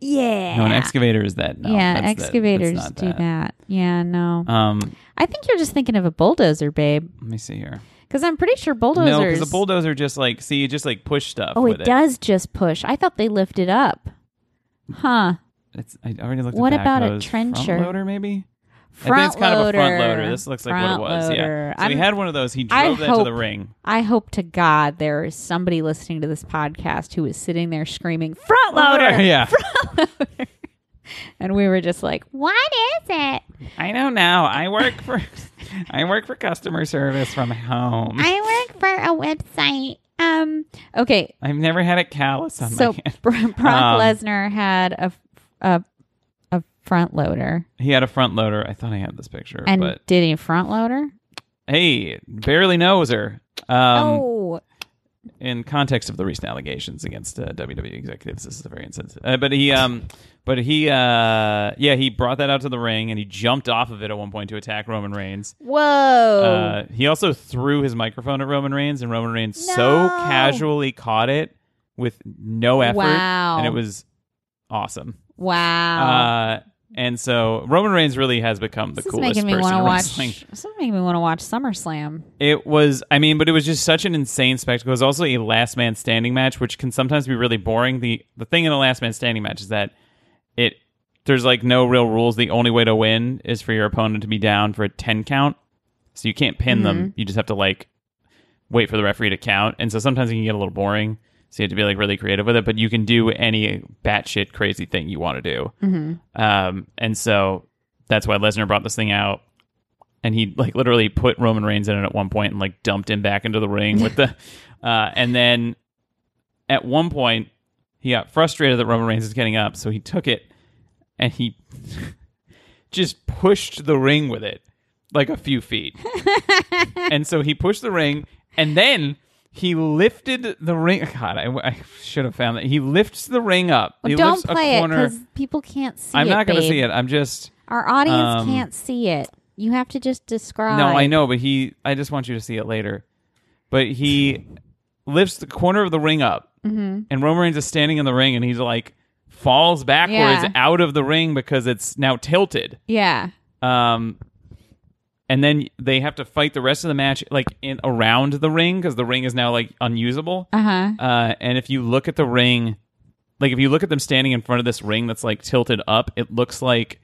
Speaker 1: Yeah.
Speaker 2: No, an excavator is that. No,
Speaker 1: yeah,
Speaker 2: that's that- that's
Speaker 1: excavators
Speaker 2: not
Speaker 1: do that. Yeah, no.
Speaker 2: Um,
Speaker 1: I think you're just thinking of a bulldozer, babe.
Speaker 2: let me see here.
Speaker 1: Because I'm pretty sure bulldozers.
Speaker 2: No, because a bulldozer just like see, you just like push stuff.
Speaker 1: oh,
Speaker 2: with
Speaker 1: it does just push. I thought they lifted up. Huh.
Speaker 2: It's, I already looked.
Speaker 1: What
Speaker 2: at
Speaker 1: about a
Speaker 2: backhoes.
Speaker 1: trencher?
Speaker 2: Front loader, maybe.
Speaker 1: Front
Speaker 2: I think it's kind
Speaker 1: loader.
Speaker 2: of a front loader. This looks like
Speaker 1: Front
Speaker 2: what it was.
Speaker 1: loader.
Speaker 2: Yeah. So he
Speaker 1: I'm-
Speaker 2: had one of those. He
Speaker 1: I
Speaker 2: drove that to
Speaker 1: hope-
Speaker 2: the ring.
Speaker 1: I hope to God there is somebody listening to this podcast who is sitting there screaming, front (laughs) loader.
Speaker 2: (laughs) Yeah.
Speaker 1: And we were just like, what is it?
Speaker 2: (laughs) I know now. I work for. (laughs) I work for customer service from home. I-
Speaker 1: I work for a website. Um, okay.
Speaker 2: have never had a callus on
Speaker 1: So (laughs)
Speaker 2: my hand. (laughs)
Speaker 1: Bro- Brock
Speaker 2: Um,
Speaker 1: Lesnar had a, a, a front loader.
Speaker 2: He had a front loader. I thought I had this picture,
Speaker 1: And
Speaker 2: but
Speaker 1: did he front loader?
Speaker 2: hey, barely knows her. Um,
Speaker 1: oh.
Speaker 2: in context of the recent allegations against uh, WWE executives, this is a very insensitive. Uh, but he, um, but he, uh, yeah, he brought that out to the ring and he jumped off of it at one point to attack Roman Reigns.
Speaker 1: Whoa.
Speaker 2: Uh, he also threw his microphone at Roman Reigns, and Roman Reigns
Speaker 1: No.
Speaker 2: so casually caught it with no effort,
Speaker 1: Wow.
Speaker 2: and it was awesome.
Speaker 1: wow.
Speaker 2: Uh, and so Roman Reigns really has become the
Speaker 1: this is
Speaker 2: coolest
Speaker 1: making me
Speaker 2: person
Speaker 1: want to
Speaker 2: in
Speaker 1: watch.
Speaker 2: wrestling.
Speaker 1: This is making me want to watch SummerSlam.
Speaker 2: It was, I mean, but it was just such an insane spectacle. It was also a last man standing match, which can sometimes be really boring. The the thing in a last man standing match is that it there's like no real rules. The only way to win is for your opponent to be down for a ten count. So you can't pin them. You just have to like wait for the referee to count. And so sometimes it can get a little boring. So you have to be like really creative with it, but you can do any batshit crazy thing you want to do. Um, and so that's why Lesnar brought this thing out. And he like literally put Roman Reigns in it at one point and like dumped him back into the ring with the, (laughs) uh, and then at one point he got frustrated that Roman Reigns was getting up, so he took it and he (laughs) just pushed the ring with it like a
Speaker 1: (laughs)
Speaker 2: few feet. and so he pushed the ring and then he lifted the ring. God, I, I should have found that. He lifts the ring up. he
Speaker 1: Don't
Speaker 2: lifts
Speaker 1: play it
Speaker 2: a corner.
Speaker 1: because people can't see
Speaker 2: I'm
Speaker 1: it.
Speaker 2: not
Speaker 1: going to
Speaker 2: going to see it. I'm just.
Speaker 1: Our audience
Speaker 2: Um,
Speaker 1: can't see it. You have to just describe.
Speaker 2: No, I know, but he. I just want you to see it later. But he lifts the corner of the ring up,
Speaker 1: Mm-hmm.
Speaker 2: and Roman Reigns is standing in the ring, and he's like falls backwards
Speaker 1: Yeah.
Speaker 2: out of the ring because it's now tilted.
Speaker 1: Yeah.
Speaker 2: Um, and then they have to fight the rest of the match like in around the ring because the ring is now like unusable.
Speaker 1: Uh huh.
Speaker 2: Uh, and if you look at the ring, like if you look at them standing in front of this ring that's like tilted up, it looks like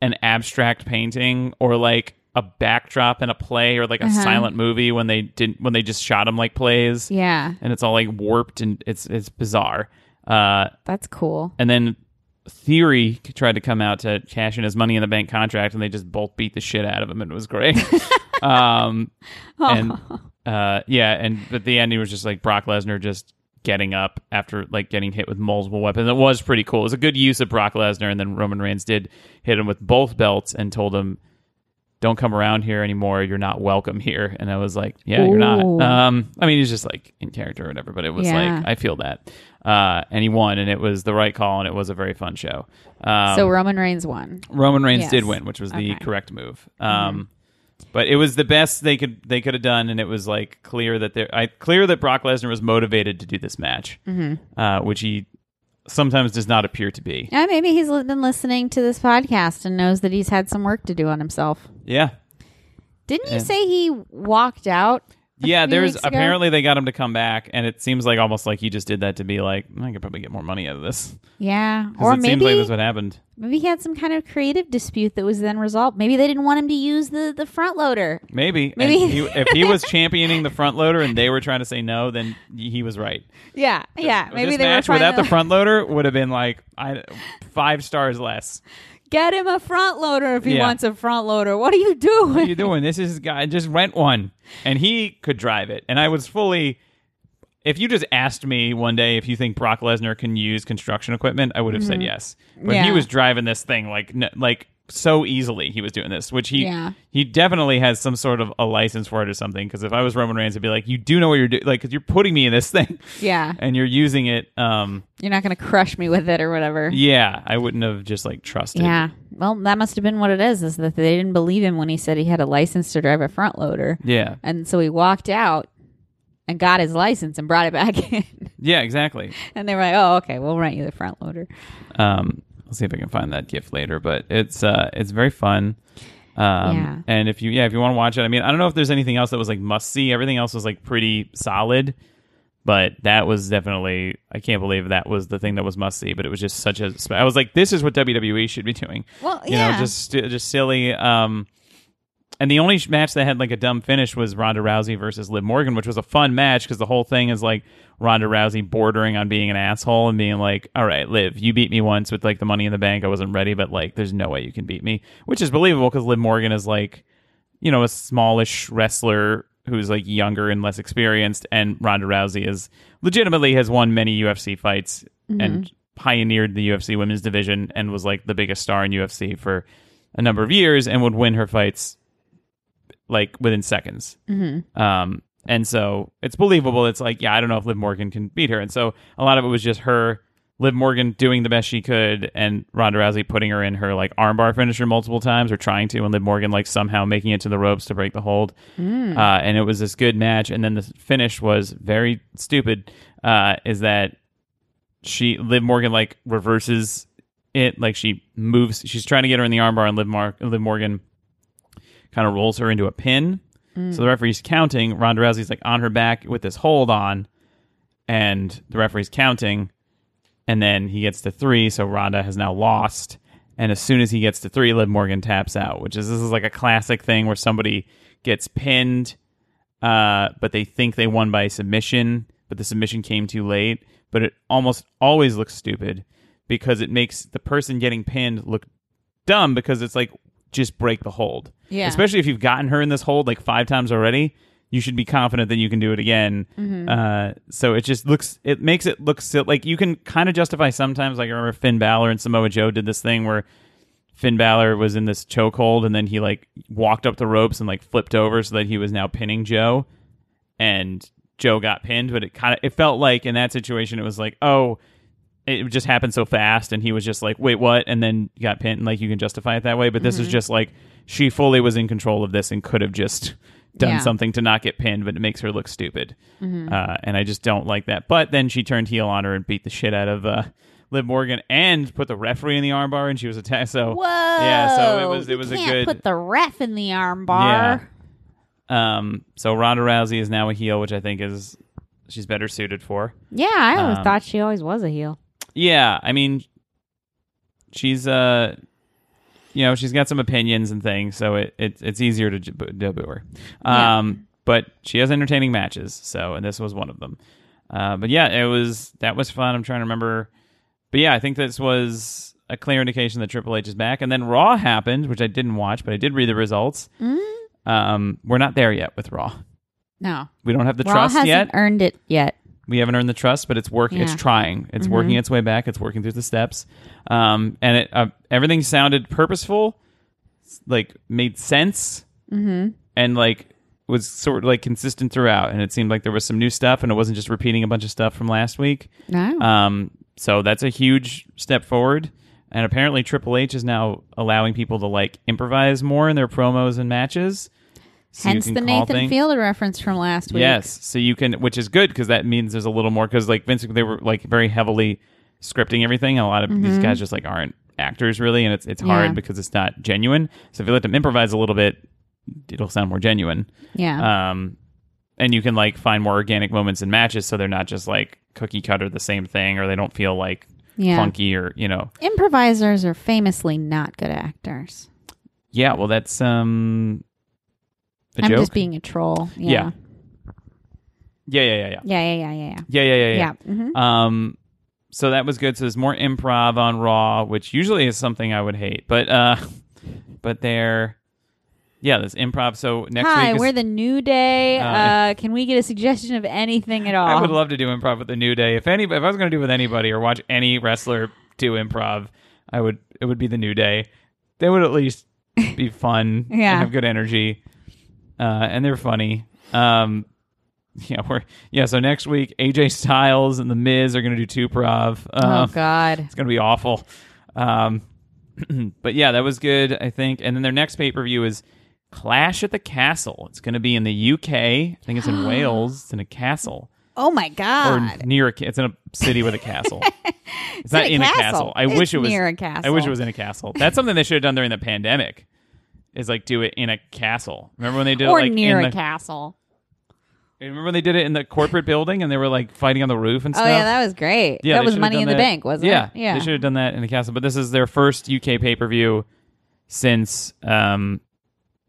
Speaker 2: an abstract painting or like a backdrop in a play or like a
Speaker 1: Uh-huh.
Speaker 2: silent movie when they didn't when they just shot them like plays
Speaker 1: Yeah.
Speaker 2: and it's all like warped and it's it's bizarre. Uh,
Speaker 1: That's cool.
Speaker 2: and then Theory tried to come out to cash in his money in the bank contract, and they just both beat the shit out of him, and it was great.
Speaker 1: (laughs)
Speaker 2: um, and uh, yeah, and at the end, he was just like Brock Lesnar just getting up after like getting hit with multiple weapons. It was pretty cool. It was a good use of Brock Lesnar, and then Roman Reigns did hit him with both belts and told him. Don't come around here anymore. You're not welcome here. And I was like, Yeah, you're
Speaker 1: Ooh.
Speaker 2: not. Um, I mean, he's just like in character or whatever, but it was
Speaker 1: Yeah.
Speaker 2: like I feel that. Uh, and he won, and it was the right call, and it was a very fun show. Um,
Speaker 1: so Roman Reigns won.
Speaker 2: Roman Reigns
Speaker 1: Yes.
Speaker 2: did win, which was the
Speaker 1: Okay. Mm-hmm.
Speaker 2: correct move. Um, But it was the best they could they could have done, and it was like clear that there, I clear that Brock Lesnar was motivated to do this match,
Speaker 1: Mm-hmm.
Speaker 2: uh, which he sometimes does not appear to be.
Speaker 1: Yeah, maybe he's li- been listening to this podcast and knows that he's had some work to do on himself.
Speaker 2: Yeah,
Speaker 1: Didn't you
Speaker 2: Yeah.
Speaker 1: say he walked out? a
Speaker 2: yeah.
Speaker 1: few
Speaker 2: There's
Speaker 1: weeks ago?
Speaker 2: apparently they got him to come back, and it seems like almost like he just did that to be like I could probably get more money out of this,
Speaker 1: Yeah,
Speaker 2: because
Speaker 1: or
Speaker 2: it seems like
Speaker 1: maybe
Speaker 2: that's what happened.
Speaker 1: maybe he had some kind of creative dispute that was then resolved. Maybe they didn't want him to use the the front loader.
Speaker 2: Maybe.
Speaker 1: Maybe-
Speaker 2: And he, if
Speaker 1: (laughs)
Speaker 2: he was championing the front loader and they were trying to say no, then he was right.
Speaker 1: Yeah, yeah. Maybe
Speaker 2: this
Speaker 1: they
Speaker 2: match
Speaker 1: were trying
Speaker 2: without
Speaker 1: to
Speaker 2: the front loader would have been like I, five stars less.
Speaker 1: get him a front loader if he
Speaker 2: Yeah.
Speaker 1: wants a front loader. What are you doing?
Speaker 2: What are you doing? This is guy just rent one, and he could drive it. And I was fully. If you just asked me one day if you think Brock Lesnar can use construction equipment, I would have said yes. But
Speaker 1: Mm-hmm. Yeah.
Speaker 2: he was driving this thing like n- like so easily. He was doing this, which he
Speaker 1: Yeah.
Speaker 2: he definitely has some sort of a license for it or something. Because if I was Roman Reigns, I'd be like, "You do know what you're doing? Like, you you're putting me in this thing."
Speaker 1: (laughs) Yeah,
Speaker 2: and you're using it um
Speaker 1: you're not going to crush me with it or whatever.
Speaker 2: yeah i wouldn't have just like trusted
Speaker 1: Yeah. Well, that must have been what it is, is that they didn't believe him when he said he had a license to drive a front loader.
Speaker 2: yeah
Speaker 1: And so he walked out and got his license and brought it back (laughs) in.
Speaker 2: yeah exactly
Speaker 1: and they were like, oh, okay, we'll rent you the front loader.
Speaker 2: um i'll see if i can find that gif later but it's uh it's very fun um
Speaker 1: Yeah.
Speaker 2: and if you yeah if you want to watch it i mean i don't know if there's anything else that was like must see everything else was like pretty solid but that was definitely i can't believe that was the thing that was must see but it was just such a sp- i was like this is what wwe should be doing
Speaker 1: Well,
Speaker 2: you
Speaker 1: yeah.
Speaker 2: know just just silly um and the only sh- match that had like a dumb finish was Ronda Rousey versus Liv Morgan, which was a fun match because the whole thing is like Ronda Rousey bordering on being an asshole and being like, "All right, Liv, you beat me once with like the Money in the Bank. I wasn't ready, but like, there's no way you can beat me," which is believable because Liv Morgan is like, you know, a smallish wrestler who's like younger and less experienced, and Ronda Rousey is legitimately has won many UFC fights and pioneered the UFC women's division and was like the biggest star in UFC for a number of years and would win her fights like within seconds. Mm-hmm. Um, and so it's believable. It's like, yeah, I don't know if Liv Morgan can beat her. And so a lot of it was just her, Liv Morgan doing the best she could, and Ronda Rousey putting her in her like armbar finisher multiple times or trying to, and Liv Morgan like somehow making it to the ropes to break the hold. Uh, and it was this good match. And then the finish was very stupid. Uh, is that she Liv Morgan like reverses it, like she moves. She's trying to get her in the armbar, and Liv, Mar- Liv Morgan kind of rolls her into a pin. Mm. So the referee's counting. Ronda Rousey's like on her back with this hold on, and the referee's counting. And then he gets to three, so Ronda has now lost. And as soon as he gets to three, Liv Morgan taps out, which is this is like a classic thing where somebody gets pinned, uh, but they think they won by submission, but the submission came too late. But it almost always looks stupid because it makes the person getting pinned look dumb because it's like just break the hold.
Speaker 1: Yeah.
Speaker 2: Especially if you've gotten her in this hold like five times already, you should be confident that you can do it again. Uh, so it just looks, it makes it look sil- like you can kind of justify sometimes. Like I remember Finn Balor and Samoa Joe did this thing where Finn Balor was in this chokehold and then he like walked up the ropes and like flipped over so that he was now pinning Joe and Joe got pinned, but it kind of it felt like in that situation it was like, oh, it just happened so fast and he was just like, wait, what? And then got pinned and like you can justify it that way, but this is just like she fully was in control of this and could have just (laughs) done
Speaker 1: Yeah.
Speaker 2: something to not get pinned, but it makes her look stupid. Uh, and I just don't like that. But then she turned heel on her and beat the shit out of uh, Liv Morgan and put the referee in the armbar, and she was attacked. So
Speaker 1: Whoa!
Speaker 2: yeah, so it was
Speaker 1: you
Speaker 2: it was a
Speaker 1: can't
Speaker 2: good
Speaker 1: put the ref in the armbar.
Speaker 2: Yeah. Um, so Ronda Rousey is now a heel, which I think is she's better suited for.
Speaker 1: Yeah, I always
Speaker 2: Um,
Speaker 1: thought she always was a heel.
Speaker 2: Yeah, I mean, she's uh, you know, she's got some opinions and things, so it, it it's easier to, j- boo- to boo her.
Speaker 1: Yeah.
Speaker 2: Um, but she has entertaining matches, so and this was one of them. Uh, but yeah, it was that was fun. I'm trying to remember, but yeah, I think this was a clear indication that Triple H is back. And then Raw happened, which I didn't watch, but I did read the results. Um, we're not there yet with Raw.
Speaker 1: No,
Speaker 2: We don't have the
Speaker 1: Raw
Speaker 2: trust
Speaker 1: hasn't
Speaker 2: yet.
Speaker 1: earned it yet.
Speaker 2: We haven't earned the trust, but it's working. It's
Speaker 1: Yeah. Mm-hmm.
Speaker 2: trying. It's working its way back. It's working through the steps. Um, and it uh, everything sounded purposeful, s- like made sense,
Speaker 1: Mm-hmm.
Speaker 2: and like was sort of like consistent throughout. And it seemed like there was some new stuff, and it wasn't just repeating a bunch of stuff from last week.
Speaker 1: No,
Speaker 2: Um, so that's a huge step forward. And apparently, Triple H is now allowing people to like improvise more in their promos and matches. So you
Speaker 1: hence
Speaker 2: can
Speaker 1: the
Speaker 2: call
Speaker 1: Nathan
Speaker 2: things-
Speaker 1: Fielder reference from last week.
Speaker 2: Yes, so you can, which is good because that means there's a little more. Because like Vince, they were like very heavily scripting everything, and a lot of these guys just like aren't actors really, and it's it's hard
Speaker 1: Mm-hmm. Yeah.
Speaker 2: because it's not genuine. So if you let them improvise a little bit, it'll sound more genuine.
Speaker 1: Yeah.
Speaker 2: Um, and you can like find more organic moments in matches, so they're not just like cookie cutter the same thing, or they don't feel like
Speaker 1: yeah.
Speaker 2: funky or you know.
Speaker 1: Improvisers are famously not good actors.
Speaker 2: Yeah, well, that's um, a
Speaker 1: i I'm
Speaker 2: joke.
Speaker 1: just being a troll. Yeah.
Speaker 2: yeah, yeah, yeah, yeah,
Speaker 1: Yeah. Yeah. Yeah. Yeah.
Speaker 2: yeah, yeah, yeah,
Speaker 1: Yeah.
Speaker 2: yeah.
Speaker 1: yeah. hmm
Speaker 2: Um, so that was good. So there's more improv on Raw, which usually is something I would hate, but uh, (laughs) but there, yeah, there's improv. So next
Speaker 1: Hi,
Speaker 2: week, is-
Speaker 1: we're the New Day.
Speaker 2: Uh,
Speaker 1: Uh, can we get a suggestion of anything at all?
Speaker 2: I would love to do improv with the New Day. If any, if I was going to do it with anybody or watch any wrestler do improv, I would. It would be the New Day. They would at least
Speaker 1: (laughs)
Speaker 2: be fun. and
Speaker 1: Yeah.
Speaker 2: have good energy, uh, and they're funny. Um, yeah, we're yeah. So next week, AJ Styles and the Miz are going to do two prov.
Speaker 1: oh
Speaker 2: Um,
Speaker 1: God.
Speaker 2: It's gonna be awful. Um, (clears throat) but yeah, that was good, I think. And then their next pay per view is Clash at the Castle. It's gonna be in the UK. I think
Speaker 1: (gasps)
Speaker 2: it's in Wales. It's in a castle
Speaker 1: Oh my
Speaker 2: or
Speaker 1: God.
Speaker 2: near a. ca- It's in a city with
Speaker 1: (laughs)
Speaker 2: a castle. It's,
Speaker 1: in
Speaker 2: not
Speaker 1: a
Speaker 2: in a
Speaker 1: castle.
Speaker 2: castle. I
Speaker 1: It's
Speaker 2: wish it was
Speaker 1: near a castle.
Speaker 2: I wish it was in a castle. That's something they should have done during the pandemic. Is like do it in a castle. Remember when they did
Speaker 1: or
Speaker 2: it like
Speaker 1: near
Speaker 2: in
Speaker 1: a
Speaker 2: the,
Speaker 1: castle.
Speaker 2: Remember when they did it in the corporate building and they were like fighting on the roof and
Speaker 1: Oh
Speaker 2: stuff.
Speaker 1: yeah, that was great.
Speaker 2: Yeah,
Speaker 1: that
Speaker 2: they
Speaker 1: was
Speaker 2: should've
Speaker 1: Money
Speaker 2: done
Speaker 1: in the
Speaker 2: that-
Speaker 1: Bank, wasn't
Speaker 2: yeah,
Speaker 1: it? Yeah.
Speaker 2: they should have done that in the castle. But this is their first UK pay per view since um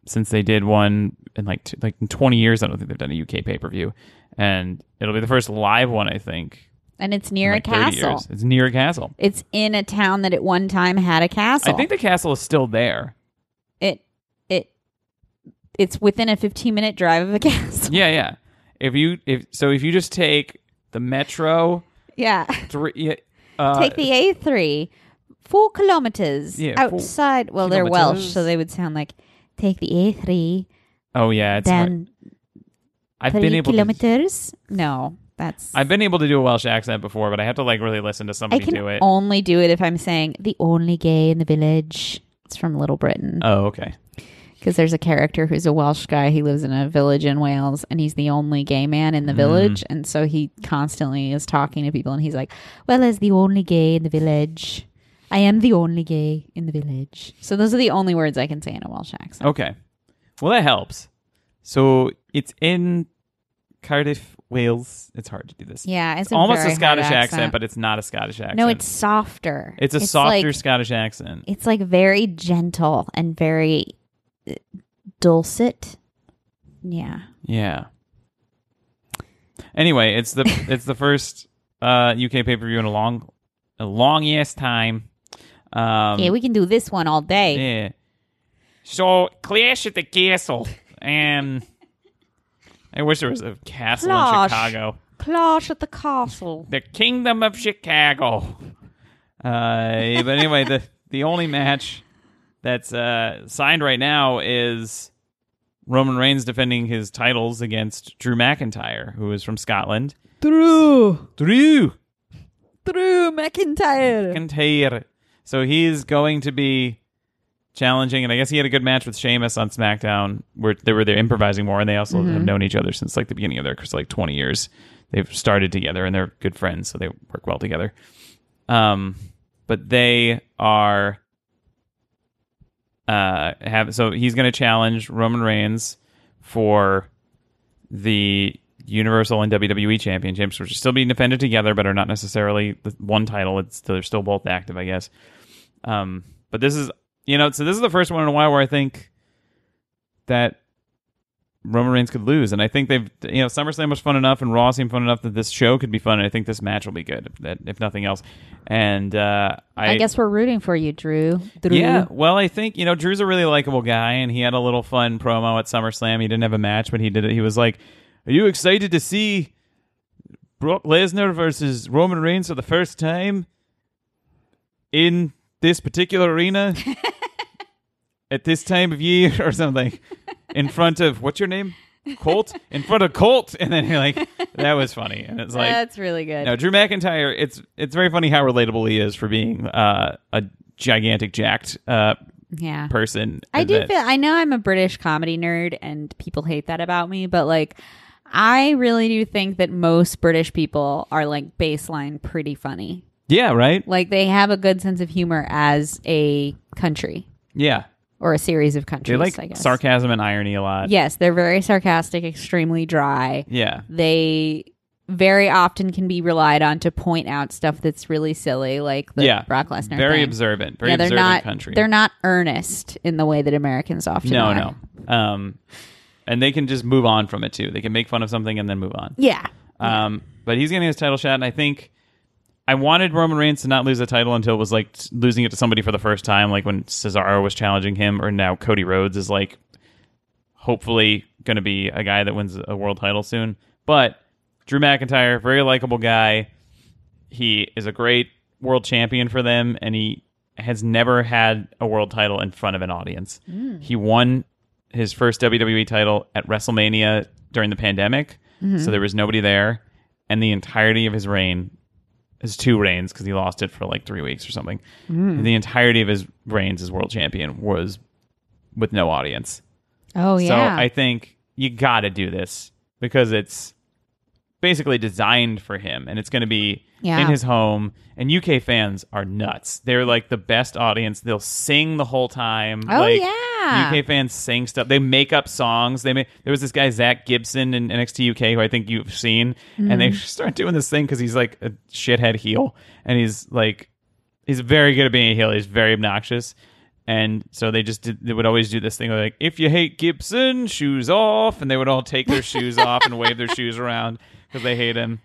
Speaker 2: since they did one in like t- like in twenty years. I don't think they've done a UK pay per view, and it'll be the first live one I think.
Speaker 1: And it's
Speaker 2: in
Speaker 1: near
Speaker 2: like
Speaker 1: a
Speaker 2: 30
Speaker 1: castle.
Speaker 2: Years. It's near a castle.
Speaker 1: It's in a town that at one time had a castle.
Speaker 2: I think the castle is still there.
Speaker 1: it it it's within a 15 minute drive of a (laughs) castle.
Speaker 2: Yeah, yeah. If you if so if you just take the metro
Speaker 1: Yeah.
Speaker 2: three. Uh,
Speaker 1: Take the A3 4 kilometers
Speaker 2: Yeah, four
Speaker 1: outside. well, they're Welsh,
Speaker 2: kilometers.
Speaker 1: so they would sound like take the A3
Speaker 2: oh yeah, it's hard.
Speaker 1: then
Speaker 2: I've
Speaker 1: 3
Speaker 2: been able to,
Speaker 1: kilometers. No, that's
Speaker 2: I've been able to do a Welsh accent before, but I have to like really listen
Speaker 1: I
Speaker 2: to somebody
Speaker 1: can
Speaker 2: do it.
Speaker 1: only do it if I'm saying the only gay in the village. It's from Little Britain.
Speaker 2: oh okay.
Speaker 1: because there's a character who's a Welsh guy. He lives in a village in Wales, and he's the only gay man
Speaker 2: Mm.
Speaker 1: in the village, and so he constantly is talking to people, and he's like, "Well, as the only gay in the village, I am the only gay in the village." So those are the only words I can say in a Welsh accent.
Speaker 2: Okay. Well, that helps. So it's in Cardiff, Wales. It's hard to do this.
Speaker 1: Yeah, it's,
Speaker 2: It's almost a
Speaker 1: very
Speaker 2: Scottish
Speaker 1: hard
Speaker 2: accent. but it's not a Scottish accent.
Speaker 1: no, it's softer.
Speaker 2: it's a softer
Speaker 1: Like,
Speaker 2: Scottish accent.
Speaker 1: it's like very gentle and very uh, dulcet. Yeah.
Speaker 2: Yeah. Anyway,
Speaker 1: (laughs)
Speaker 2: it's the it's the first uh, UK pay per view in a long, a long ass time. Um,
Speaker 1: yeah, we can do this one all day.
Speaker 2: Yeah. So Clash at the Castle, and I wish there was a castle
Speaker 1: Clash.
Speaker 2: in Chicago.
Speaker 1: Clash at the castle.
Speaker 2: the Kingdom of Chicago. Uh, but anyway, the the only match that's uh, signed right now is Roman Reigns defending his titles against Drew McIntyre, who is from Scotland.
Speaker 1: Through.
Speaker 2: Drew
Speaker 1: Drew McIntyre.
Speaker 2: McIntyre. So he's going to be challenging, and I guess he had a good match with Sheamus on SmackDown, where they were there improvising more, and they also have known each other since like the beginning of their, cause like twenty years. They've started together, and they're good friends, so they work well together. Um, but they are uh have so he's going to challenge Roman Reigns for the Universal and WWE championships, which are still being defended together, but are not necessarily the one title. It's they're still both active, I guess. Um, but this is you know, so this is the first one in a while where I think that Roman Reigns could lose, and I think they've you know SummerSlam was fun enough, and Raw seemed fun enough that this show could be fun, and I think this match will be good, if, that if nothing else. And uh, I,
Speaker 1: I guess we're rooting for you, Drew. Drew.
Speaker 2: yeah, well, I think you know Drew's a really likable guy, and he had a little fun promo at SummerSlam. He didn't have a match, but he did it. He was like, "Are you excited to see Brock Lesnar versus Roman Reigns for the first time in this particular arena at this time of year (laughs) or something?" In front of what's your name, Colt? In front of Colt, and then you're like, "That was funny," and it's like,
Speaker 1: That's really good.
Speaker 2: no, Drew McIntyre. It's it's very funny how relatable he is for being uh, a gigantic jacked uh,
Speaker 1: yeah.
Speaker 2: person.
Speaker 1: I do
Speaker 2: that-
Speaker 1: feel I know I'm a British comedy nerd and people hate that about me, but like I really do think that most British people are like baseline pretty funny.
Speaker 2: Yeah, right.
Speaker 1: Like they have a good sense of humor as a country
Speaker 2: Yeah,
Speaker 1: or a series of
Speaker 2: they
Speaker 1: countries, I
Speaker 2: like
Speaker 1: guess.
Speaker 2: sarcasm and irony a lot.
Speaker 1: yes, they're very sarcastic, extremely dry.
Speaker 2: Yeah,
Speaker 1: They very often can be relied on to point out stuff that's really silly, like the
Speaker 2: Yeah.
Speaker 1: Brock Lesnar.
Speaker 2: very
Speaker 1: thing.
Speaker 2: observant. Very
Speaker 1: yeah, they're
Speaker 2: observant
Speaker 1: not.
Speaker 2: country.
Speaker 1: They're not earnest in the way that Americans often
Speaker 2: no,
Speaker 1: are.
Speaker 2: no. Um, and they can just move on from it too. They can make fun of something and then move on.
Speaker 1: Yeah.
Speaker 2: Um, but he's getting his title shot, and I think I wanted Roman Reigns to not lose the title until it was like t- losing it to somebody for the first time, like when Cesaro was challenging him, or now Cody Rhodes is like hopefully going to be a guy that wins a world title soon. But Drew McIntyre, very likable guy. He is a great world champion for them, and he has never had a world title in front of an audience. He won his first WWE title at WrestleMania during the pandemic, so there was nobody there, and the entirety of his reign, his two reigns, because he lost it for like three weeks or something. The entirety of his reigns as world champion was with no audience.
Speaker 1: Oh yeah.
Speaker 2: So I think you got to do this because it's basically designed for him and it's going to be
Speaker 1: Yeah.
Speaker 2: in his home. And UK fans are nuts. They're like the best audience. They'll sing the whole time.
Speaker 1: Oh,
Speaker 2: like,
Speaker 1: yeah.
Speaker 2: UK fans sing stuff. They make up songs. They make, there was this guy Zach Gibson in NXT UK who I think you've seen, and
Speaker 1: Mm.
Speaker 2: they (laughs) start doing this thing because he's like a shithead heel, and he's like he's very good at being a heel. He's very obnoxious. And so they just did, they would always do this thing where like, if you hate Gibson, shoes off. And they would all take their
Speaker 1: (laughs)
Speaker 2: shoes off and wave their shoes around because they hate him.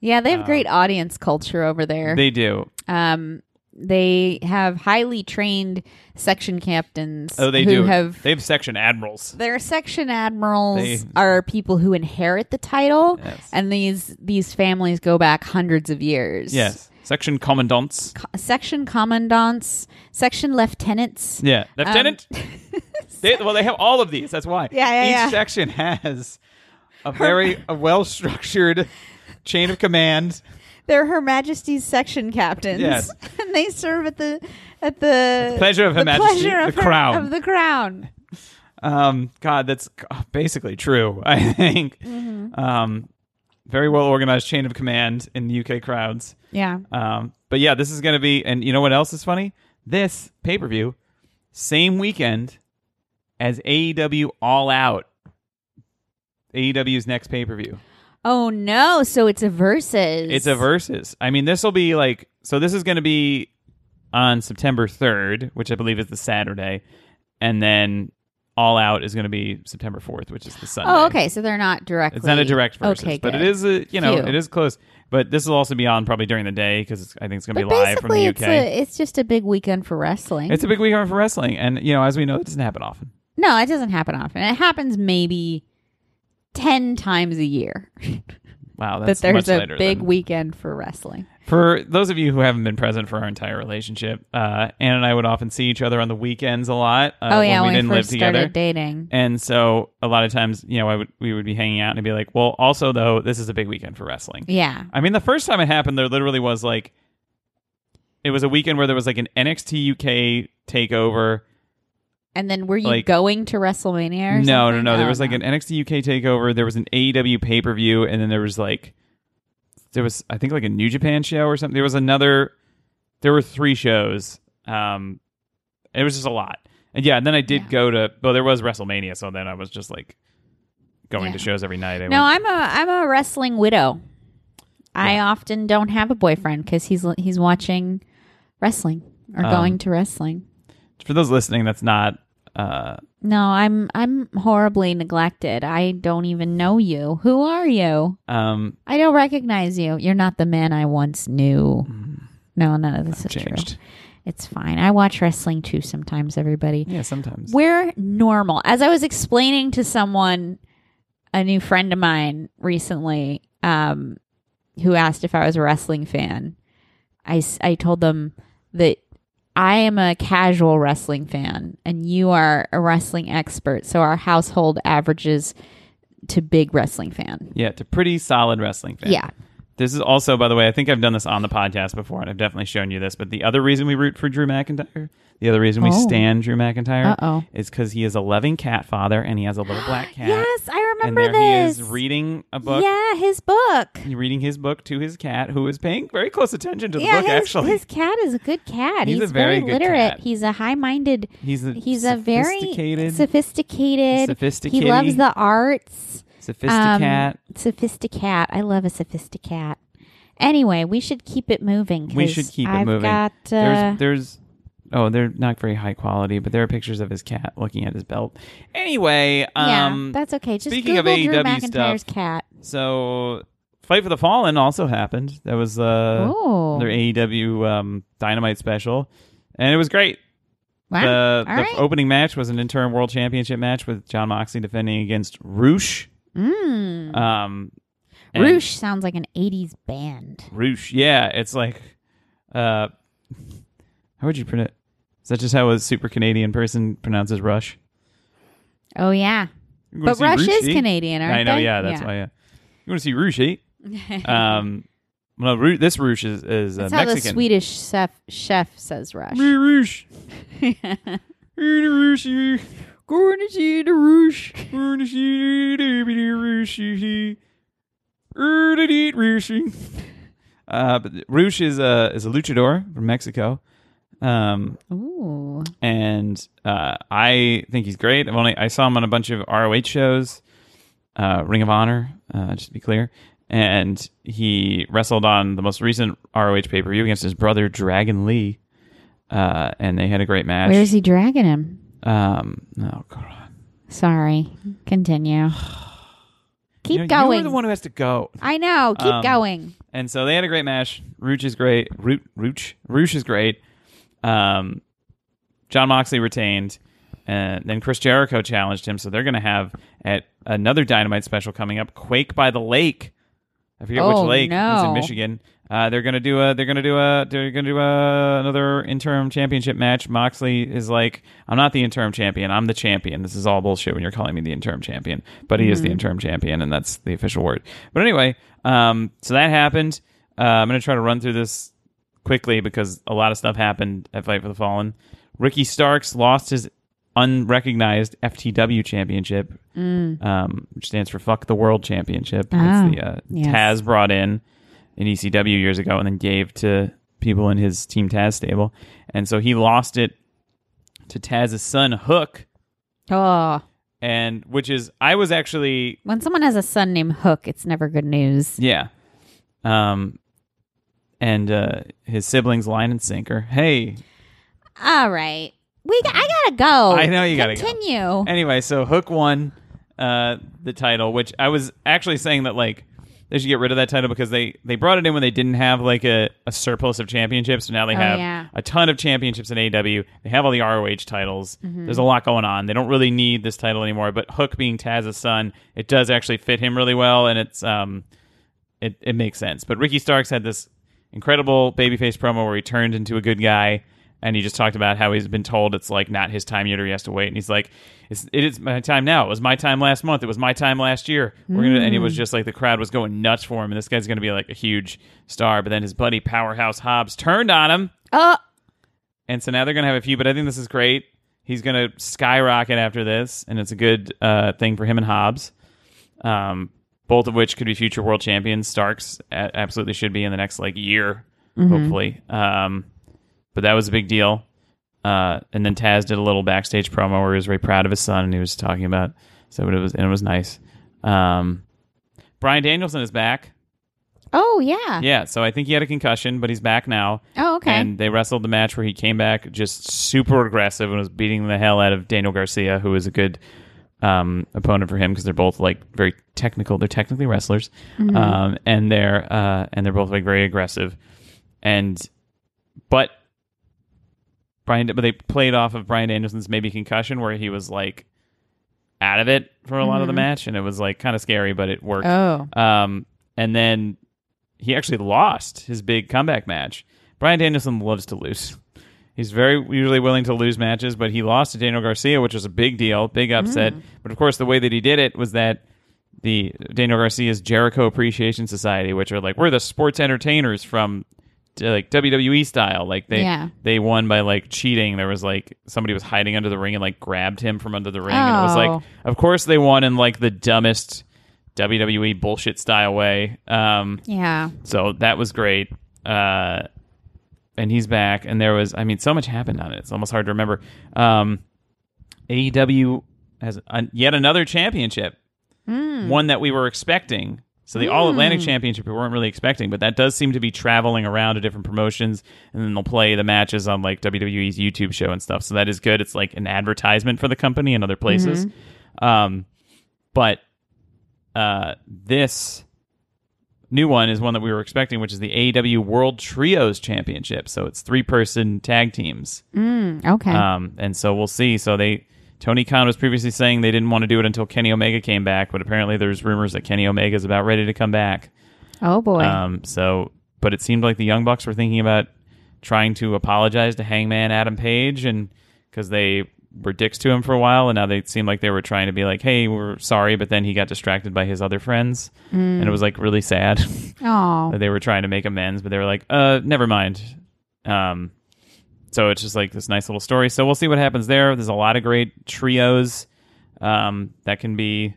Speaker 1: yeah, they have great audience culture over there. They,
Speaker 2: uh, They do.
Speaker 1: um, they have highly trained section captains.
Speaker 2: Oh, they
Speaker 1: who
Speaker 2: do.
Speaker 1: Have
Speaker 2: they have section admirals.
Speaker 1: their section admirals
Speaker 2: They-
Speaker 1: are people who inherit the title,
Speaker 2: Yes.
Speaker 1: and these these families go back hundreds of years.
Speaker 2: Yes. Section commandants.
Speaker 1: Co- section commandants, section lieutenants.
Speaker 2: Yeah. Lieutenant.
Speaker 1: (laughs)
Speaker 2: they, well, they have all of these. That's why.
Speaker 1: Um, Yeah, yeah,
Speaker 2: Each
Speaker 1: yeah.
Speaker 2: section has a
Speaker 1: (laughs)
Speaker 2: very a well structured chain of command.
Speaker 1: They're Her Majesty's section captains.
Speaker 2: Yes.
Speaker 1: (laughs) and they serve at the at the,
Speaker 2: pleasure of Her
Speaker 1: the
Speaker 2: Majesty,
Speaker 1: pleasure of
Speaker 2: the
Speaker 1: her-
Speaker 2: crown.
Speaker 1: of the crown.
Speaker 2: Um, God, that's basically true. (laughs) I think.
Speaker 1: Mm-hmm.
Speaker 2: Um, very well organized chain of command in the UK crowds.
Speaker 1: Yeah.
Speaker 2: Um, but yeah, this is going to be, and you know what else is funny? This pay per view, same weekend as AEW All Out. AEW's next pay per view.
Speaker 1: Oh no! So it's a versus.
Speaker 2: It's a versus. I mean, this will be like so. This is going to be on September third, which I believe is the Saturday, and then All Out is going to be September fourth, which is the Sunday.
Speaker 1: Oh, okay. So they're not directly.
Speaker 2: It's not a direct versus,
Speaker 1: Okay,
Speaker 2: but it
Speaker 1: good.
Speaker 2: is a you know
Speaker 1: Phew.
Speaker 2: it is close. But this will also be on probably during the day because I think it's going to
Speaker 1: But
Speaker 2: be live from
Speaker 1: basically,
Speaker 2: the UK.
Speaker 1: it's a, it's just a big weekend for wrestling.
Speaker 2: It's a big weekend for wrestling, and you know as we know, it doesn't happen often.
Speaker 1: no, it doesn't happen often. It happens maybe ten times a year (laughs)
Speaker 2: Wow,
Speaker 1: that
Speaker 2: that's
Speaker 1: there's
Speaker 2: much
Speaker 1: a
Speaker 2: later
Speaker 1: big
Speaker 2: than- Uh,
Speaker 1: weekend for wrestling.
Speaker 2: For those of you who haven't been present for our entire relationship, uh, Anne and I would often see each other on the weekends a lot. Uh,
Speaker 1: oh yeah,
Speaker 2: when we
Speaker 1: when,
Speaker 2: didn't
Speaker 1: we
Speaker 2: live
Speaker 1: first
Speaker 2: together.
Speaker 1: started dating.
Speaker 2: And so a lot of times, you know, I would we would be hanging out and I'd be like, "Well, also though, this is a big weekend for wrestling."
Speaker 1: Yeah.
Speaker 2: I mean, the first time it happened, there literally was like, it was a weekend where there was like an NXT UK takeover.
Speaker 1: And then were you
Speaker 2: Like-
Speaker 1: going to WrestleMania? Or
Speaker 2: No, no,
Speaker 1: something?
Speaker 2: no. There
Speaker 1: Oh,
Speaker 2: was like an NXT UK takeover. There was an E AEW pay per view, and then there was like, there was I think like a New Japan show or something. There was another there were three shows. Um, it was just a lot. And yeah, and then I did
Speaker 1: Yeah.
Speaker 2: go to. Well, there was WrestleMania, so then I was just like going
Speaker 1: Yeah.
Speaker 2: to shows every night. I
Speaker 1: No,
Speaker 2: went-
Speaker 1: I'm a I'm a wrestling widow. I often don't have a boyfriend because he's he's watching wrestling or
Speaker 2: Um,
Speaker 1: going to wrestling.
Speaker 2: for those listening, that's not. Uh,
Speaker 1: No, I'm I'm horribly neglected. I don't even know you. Who are you?
Speaker 2: um,
Speaker 1: I don't recognize you. You're not the man I once knew. No, none of this is
Speaker 2: changed.
Speaker 1: true. It's fine. I watch wrestling too sometimes. Everybody.
Speaker 2: Yeah, sometimes.
Speaker 1: We're normal. As I was explaining to someone, a new friend of mine recently, um, who asked if I was a wrestling fan, I, s- I told them that I am a casual wrestling fan and you are a wrestling expert. So our household averages to big wrestling fan.
Speaker 2: yeah, to pretty solid wrestling fan.
Speaker 1: Yeah.
Speaker 2: This is also, by the way, I think I've done this on the podcast before, and I've definitely shown you this. But the other reason we root for Drew McIntyre, the other reason we
Speaker 1: Oh.
Speaker 2: stand Drew McIntyre,
Speaker 1: Uh-oh.
Speaker 2: is because he is a loving cat father, and he has a little
Speaker 1: (gasps)
Speaker 2: black cat.
Speaker 1: Yes, I
Speaker 2: and
Speaker 1: remember
Speaker 2: there
Speaker 1: this.
Speaker 2: he is reading a book,
Speaker 1: Yeah, his book.
Speaker 2: reading his book to his cat, who is paying very close attention to the
Speaker 1: yeah,
Speaker 2: book.
Speaker 1: his,
Speaker 2: actually,
Speaker 1: his cat is a good cat.
Speaker 2: He's
Speaker 1: He's,
Speaker 2: a
Speaker 1: very,
Speaker 2: very good
Speaker 1: literate.
Speaker 2: cat.
Speaker 1: He's a high-minded
Speaker 2: he's a
Speaker 1: He's a very
Speaker 2: sophisticated,
Speaker 1: sophisticated.
Speaker 2: Sophisticated.
Speaker 1: He loves the arts.
Speaker 2: sophisticat.
Speaker 1: Um, sophisticat. I love a sophisticat. Anyway, we should keep it moving. 'cause
Speaker 2: we should keep it
Speaker 1: I've
Speaker 2: moving.
Speaker 1: Got, uh,
Speaker 2: there's, there's, oh, they're not very high quality, but there are pictures of his cat looking at his belt. Anyway, um,
Speaker 1: yeah, that's okay. Just
Speaker 2: speaking of
Speaker 1: Google Drew
Speaker 2: AEW
Speaker 1: McIntyre's
Speaker 2: stuff,
Speaker 1: cat.
Speaker 2: So, Fight for the Fallen also happened. That was uh,
Speaker 1: oh,
Speaker 2: their AEW um, Dynamite special, and it was great.
Speaker 1: wow.
Speaker 2: The,
Speaker 1: All
Speaker 2: the
Speaker 1: right.
Speaker 2: opening match was an interim world championship match with John Moxley defending against Roosh.
Speaker 1: mm.
Speaker 2: Um, and-
Speaker 1: Roosh sounds like an '80s band.
Speaker 2: Roosh. Yeah, it's like, uh, how would you pronounce? Is that just how a super Canadian person pronounces Rush?
Speaker 1: Oh yeah,
Speaker 2: You wanna
Speaker 1: but
Speaker 2: see
Speaker 1: Rush is
Speaker 2: eh?
Speaker 1: Canadian, aren't
Speaker 2: I know.
Speaker 1: they?
Speaker 2: Yeah, that's why. Yeah, you want to see Roosh? eh?
Speaker 1: (laughs)
Speaker 2: Um, well, Roo- this Roosh is is uh,
Speaker 1: that's how the
Speaker 2: Mexican.
Speaker 1: Swedish chef chef says Rush.
Speaker 2: Me (laughs) Roosh.
Speaker 1: (laughs)
Speaker 2: Me Roosh. eh.
Speaker 1: Going to see the Roosh.
Speaker 2: Wanna see the baby Roosh, eh, eh. Er, da, dee, Roosh, eh. Uh, but Roosh is a is a luchador from Mexico. Um,
Speaker 1: Ooh.
Speaker 2: and uh, I think he's great. I've only I saw him on a bunch of ROH shows, uh, Ring of Honor, uh, just to be clear. And he wrestled on the most recent ROH pay per view against his brother Dragon Lee, uh, and they had a great match.
Speaker 1: Where's he dragging him?
Speaker 2: Um, oh god,
Speaker 1: Sorry.
Speaker 2: (sighs)
Speaker 1: Continue. Keep
Speaker 2: you know,
Speaker 1: going.
Speaker 2: You're the one who has to go.
Speaker 1: I know. Keep
Speaker 2: Um,
Speaker 1: going.
Speaker 2: And so they had a great match. Rooch is great. Root Rooch Rooch is great. Um, John Moxley retained, and then Chris Jericho challenged him. So they're going to have at another Dynamite special coming up, Quake by the Lake. I forget
Speaker 1: Oh,
Speaker 2: which lake. It's in
Speaker 1: no.
Speaker 2: Michigan. Uh, they're going to do a. They're going to do a. They're going to do a, another interim championship match. Moxley is like, I'm not the interim champion. I'm the champion. This is all bullshit when you're calling me the interim champion. But he
Speaker 1: Mm-hmm.
Speaker 2: is the interim champion, and that's the official word. But anyway, um, so that happened. Uh, I'm going to try to run through this quickly because a lot of stuff happened at Fight for the Fallen. Ricky Starks lost his unrecognized FTW championship, um, which stands for Fuck the World Championship.
Speaker 1: Mm. Ah,
Speaker 2: it's the uh,
Speaker 1: yes.
Speaker 2: Taz brought in in ECW years ago and then gave to people in his Team Taz stable. And so he lost it to Taz's son, Hook,
Speaker 1: Oh,
Speaker 2: and which is, I was actually
Speaker 1: when someone has a son named Hook, it's never good news.
Speaker 2: Yeah. Um, and uh, his siblings, line and sinker. Hey.
Speaker 1: All right. We g- I gotta go.
Speaker 2: I know you gotta go.
Speaker 1: Continue.
Speaker 2: Anyway, so Hook won uh, the title, which I was actually saying that like they should get rid of that title because they they brought it in when they didn't have like a, a surplus of championships. So now they
Speaker 1: Oh,
Speaker 2: have
Speaker 1: yeah.
Speaker 2: a ton of championships in AW. They have all the ROH titles.
Speaker 1: Mm-hmm.
Speaker 2: There's a lot going on. They don't really need this title anymore. But Hook being Taz's son, it does actually fit him really well, and it's um, it, it makes sense. But Ricky Starks had this incredible babyface promo where he turned into a good guy and he just talked about how he's been told it's like not his time yet or he has to wait. And he's like, it's, it is my time now. It was my time last month. It was my time last year. We're gonna, and it was just like the crowd was going nuts for him. And this guy's going to be like a huge star. But then his buddy Powerhouse Hobbs turned on him.
Speaker 1: Oh,
Speaker 2: And so now they're going to have a few, but I think this is great. He's going to skyrocket after this, and it's a good uh, thing for him and Hobbs, um, both of which could be future world champions. Starks a- absolutely should be in the next like year, hopefully. Um, but that was a big deal. Uh, and then Taz did a little backstage promo where he was very proud of his son, and he was talking about so it was and it was nice. Um, Brian Danielson is back.
Speaker 1: Oh yeah.
Speaker 2: Yeah, so I think he had a concussion, but he's back now.
Speaker 1: Oh okay.
Speaker 2: And they wrestled the match where he came back just super aggressive and was beating the hell out of Daniel Garcia, who is a good um, opponent for him because they're both like very technical. They're technically wrestlers,
Speaker 1: Mm-hmm.
Speaker 2: um, and they're uh, and they're both like very aggressive. And but Brian, but they played off of Brian Anderson's maybe concussion where he was like out of it for a lot
Speaker 1: Mm-hmm.
Speaker 2: of the match, and it was like kind of scary, but it worked.
Speaker 1: oh.
Speaker 2: Um, and then he actually lost his big comeback match. Brian Danielson loves to lose. He's very usually willing to lose matches, but he lost to Daniel Garcia, which was a big deal, big upset. But of course, the way that he did it was that the Daniel Garcia's Jericho Appreciation Society, which are like we're the sports entertainers from uh, like WWE style, like they
Speaker 1: Yeah.
Speaker 2: they won by like cheating. There was like somebody was hiding under the ring and like grabbed him from under the ring, and it
Speaker 1: Oh.
Speaker 2: was like, of course they won in like the dumbest WWE bullshit style way. Um,
Speaker 1: Yeah.
Speaker 2: so that was great. Uh, and he's back, and there was, I mean, so much happened on it. It's almost hard to remember. Um, AEW has an yet another championship, one that we were expecting. So the All Atlantic Championship we weren't really expecting, but that does seem to be traveling around to different promotions, and then they'll play the matches on like WWE's YouTube show and stuff. So that is good. It's like an advertisement for the company and other places. Um, but uh, this new one is one that we were expecting, which is the AEW World Trios Championship. So it's three person tag teams.
Speaker 1: Mm, okay.
Speaker 2: Um, and so we'll see. So they Tony Khan was previously saying they didn't want to do it until Kenny Omega came back, but apparently there's rumors that Kenny Omega is about ready to come back.
Speaker 1: oh boy.
Speaker 2: Um, so, but it seemed like the Young Bucks were thinking about trying to apologize to Hangman Adam Page, and because they were dicks to him for a while, and now they seem like they were trying to be like, "Hey, we're sorry," but then he got distracted by his other friends,
Speaker 1: Mm.
Speaker 2: and it was like really sad (laughs)
Speaker 1: oh.
Speaker 2: that they were trying to make amends, but they were like, "Uh, never mind." Um, so it's just like this nice little story. So we'll see what happens there. There's a lot of great trios um, that can be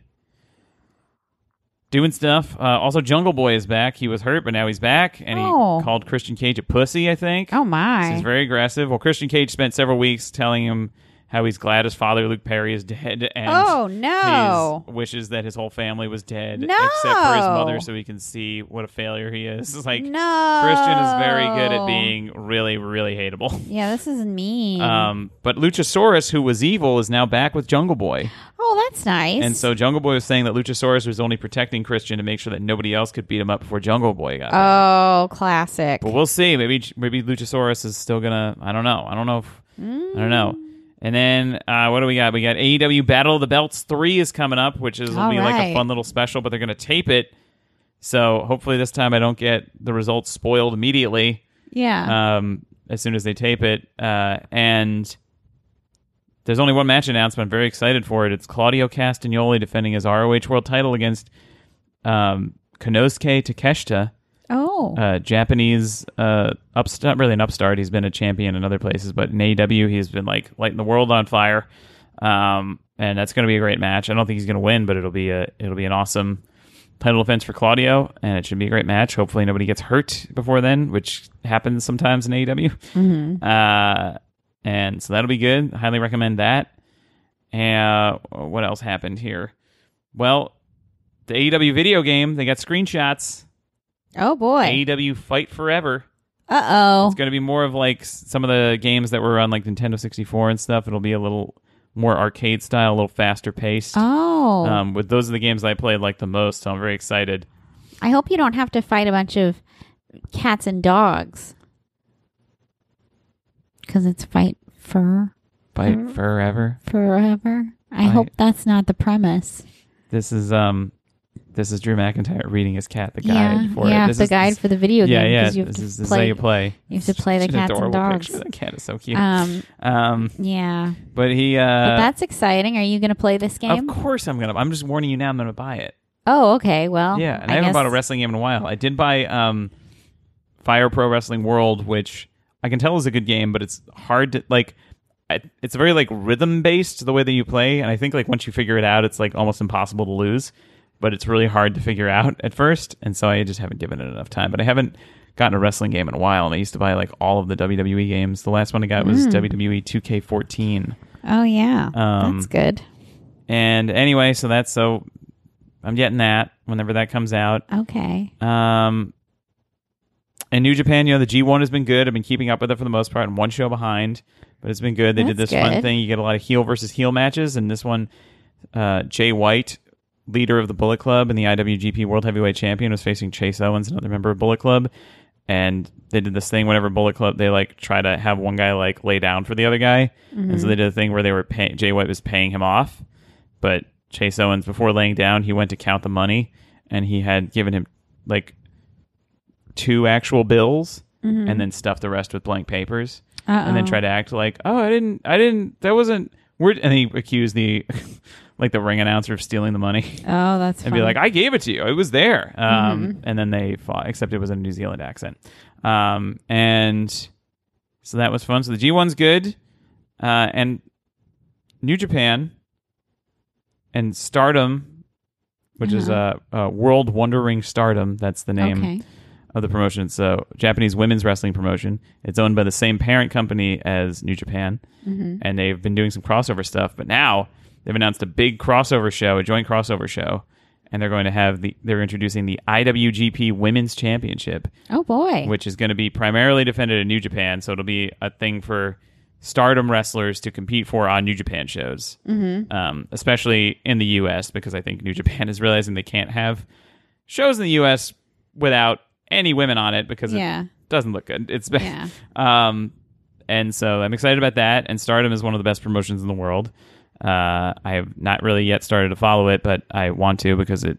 Speaker 2: doing stuff. Uh, also, Jungle Boy is back. He was hurt, but now he's back, and he
Speaker 1: Oh.
Speaker 2: called Christian Cage a pussy. I think.
Speaker 1: Oh
Speaker 2: So
Speaker 1: my.
Speaker 2: he's very aggressive. Well, Christian Cage spent several weeks telling him how he's glad his father, Luke Perry, is dead. And
Speaker 1: Oh, no.
Speaker 2: He wishes that his whole family was dead,
Speaker 1: No.
Speaker 2: except for his mother, so he can see what a failure he is. (laughs) It's like
Speaker 1: no.
Speaker 2: Christian is very good at being really, really hateable.
Speaker 1: Yeah, this is mean.
Speaker 2: Um, but Luchasaurus, who was evil, is now back with Jungle Boy,
Speaker 1: oh, that's nice.
Speaker 2: and so Jungle Boy was saying that Luchasaurus was only protecting Christian to make sure that nobody else could beat him up before Jungle Boy got. there.
Speaker 1: Oh, classic.
Speaker 2: But we'll see. Maybe maybe Luchasaurus is still gonna. I don't know. I don't know. If, I don't know. And then uh, what do we got? We got AEW Battle of the Belts three is coming up, which is will
Speaker 1: All
Speaker 2: be like a
Speaker 1: right.
Speaker 2: fun little special. But they're gonna tape it, so hopefully this time I don't get the results spoiled immediately
Speaker 1: Yeah.
Speaker 2: um, as soon as they tape it. Uh, and there's only one match announcement. I'm very excited for it. It's Claudio Castagnoli defending his ROH World Title against um, Konosuke Takeshita
Speaker 1: oh.
Speaker 2: uh, Japanese uh, upstart, really an upstart. He's been a champion in other places, but in AEW, he's been like lighting the world on fire. Um, and that's going to be a great match. I don't think he's going to win, but it'll be a it'll be an awesome title defense for Claudio, and it should be a great match. Hopefully, nobody gets hurt before then, which happens sometimes in AEW.
Speaker 1: Mm-hmm.
Speaker 2: Uh, and so that'll be good. Highly recommend that. And uh, what else happened here? Well, the AEW video game they got screenshots.
Speaker 1: oh boy.
Speaker 2: AEW Fight Forever.
Speaker 1: Uh oh.
Speaker 2: It's going to be more of like s- some of the games that were on like Nintendo 64 and stuff. It'll be a little more arcade style, a little faster paced.
Speaker 1: Oh.
Speaker 2: Um, with those are the games that I played like the most, so I'm very excited.
Speaker 1: I hope you don't have to fight a bunch of cats and dogs. Because it's fight for Mm-hmm.
Speaker 2: Fight Forever.
Speaker 1: forever. I
Speaker 2: Right.
Speaker 1: hope that's not the premise.
Speaker 2: This is um, this is Drew McIntyre reading his cat the guide
Speaker 1: Yeah,
Speaker 2: for
Speaker 1: yeah.
Speaker 2: it. This
Speaker 1: the
Speaker 2: is,
Speaker 1: guide
Speaker 2: this-
Speaker 1: for the video
Speaker 2: yeah,
Speaker 1: game.
Speaker 2: yeah.
Speaker 1: 'cause You have
Speaker 2: this
Speaker 1: to
Speaker 2: is, this is how
Speaker 1: play,
Speaker 2: you play.
Speaker 1: you have to play the
Speaker 2: Such an
Speaker 1: cats and
Speaker 2: adorable
Speaker 1: dogs.
Speaker 2: picture. That cat is so cute.
Speaker 1: Um.
Speaker 2: um,
Speaker 1: Yeah.
Speaker 2: but he. Uh,
Speaker 1: But that's exciting. Are you going to play this
Speaker 2: of
Speaker 1: game?
Speaker 2: course, I'm gonna. I'm just warning you now. I'm gonna buy it.
Speaker 1: Oh, okay. Well,
Speaker 2: Yeah, and I, haven't
Speaker 1: guess-
Speaker 2: bought a wrestling game in a while. I did buy um, Fire Pro Wrestling World, which I can tell is a good game, but it's hard to like. I- It's very like rhythm based the way that you play, and I think like once you figure it out, it's like almost impossible to lose. But it's really hard to figure out at first, and so I just haven't given it enough time. But I haven't gotten a wrestling game in a while, and I used to buy like all of the WWE games. The last one I got was E WWE 2K14.
Speaker 1: Oh yeah,
Speaker 2: Um,
Speaker 1: Hmm. that's good.
Speaker 2: And anyway, so that's so I'm getting that whenever that comes out.
Speaker 1: Okay.
Speaker 2: Um, and New Japan, you know, the G1 has been good. I've been keeping up with it for the most part. I'm one show behind, but it's been good. They did this
Speaker 1: That's
Speaker 2: fun
Speaker 1: good.
Speaker 2: thing. You get a lot of heel versus heel matches, and this one, uh, Jay White, leader of the Bullet Club and the IWGP World Heavyweight Champion, was facing Chase Owens, another member of Bullet Club. And they did this thing whenever Bullet Club, they like try to have one guy like lay down for the other guy. And
Speaker 1: Mm-hmm.
Speaker 2: so they did a thing where they were pay- Jay White was paying him off but Chase Owens before laying down, he went to count the money and he had given him like two actual bills and then stuffed the rest with blank papers and then tried to act like, "Oh, I didn't I didn't that wasn't we're and he accused the (laughs) like the ring announcer of stealing the money
Speaker 1: Oh, that's
Speaker 2: and be like, "I gave it to you. It was there." Um, And then they fought, except it was in a New Zealand accent. Um, and so that was fun. So the G one's good, uh, and New Japan and Stardom, which is a uh, uh, World Wondering Stardom. That's the name
Speaker 1: okay.
Speaker 2: of the promotion. So Japanese women's wrestling promotion. It's owned by the same parent company as New Japan, and they've been doing some crossover stuff. But now they've announced a big crossover show, a joint crossover show, and they're going to have the. They're introducing the IWGP Women's Championship,
Speaker 1: Oh boy.
Speaker 2: which is going to be primarily defended in New Japan. So it'll be a thing for Stardom wrestlers to compete for on New Japan shows, mm-hmm. um, especially in the U.S. Because I think New Japan is realizing they can't have shows in the U.S. without any women on it because
Speaker 1: Yeah.
Speaker 2: it doesn't look good. It's
Speaker 1: Yeah.
Speaker 2: (laughs) um, and so I'm excited about that. And Stardom is one of the best promotions in the world. Uh, I have not really yet started to follow it, but I want to because it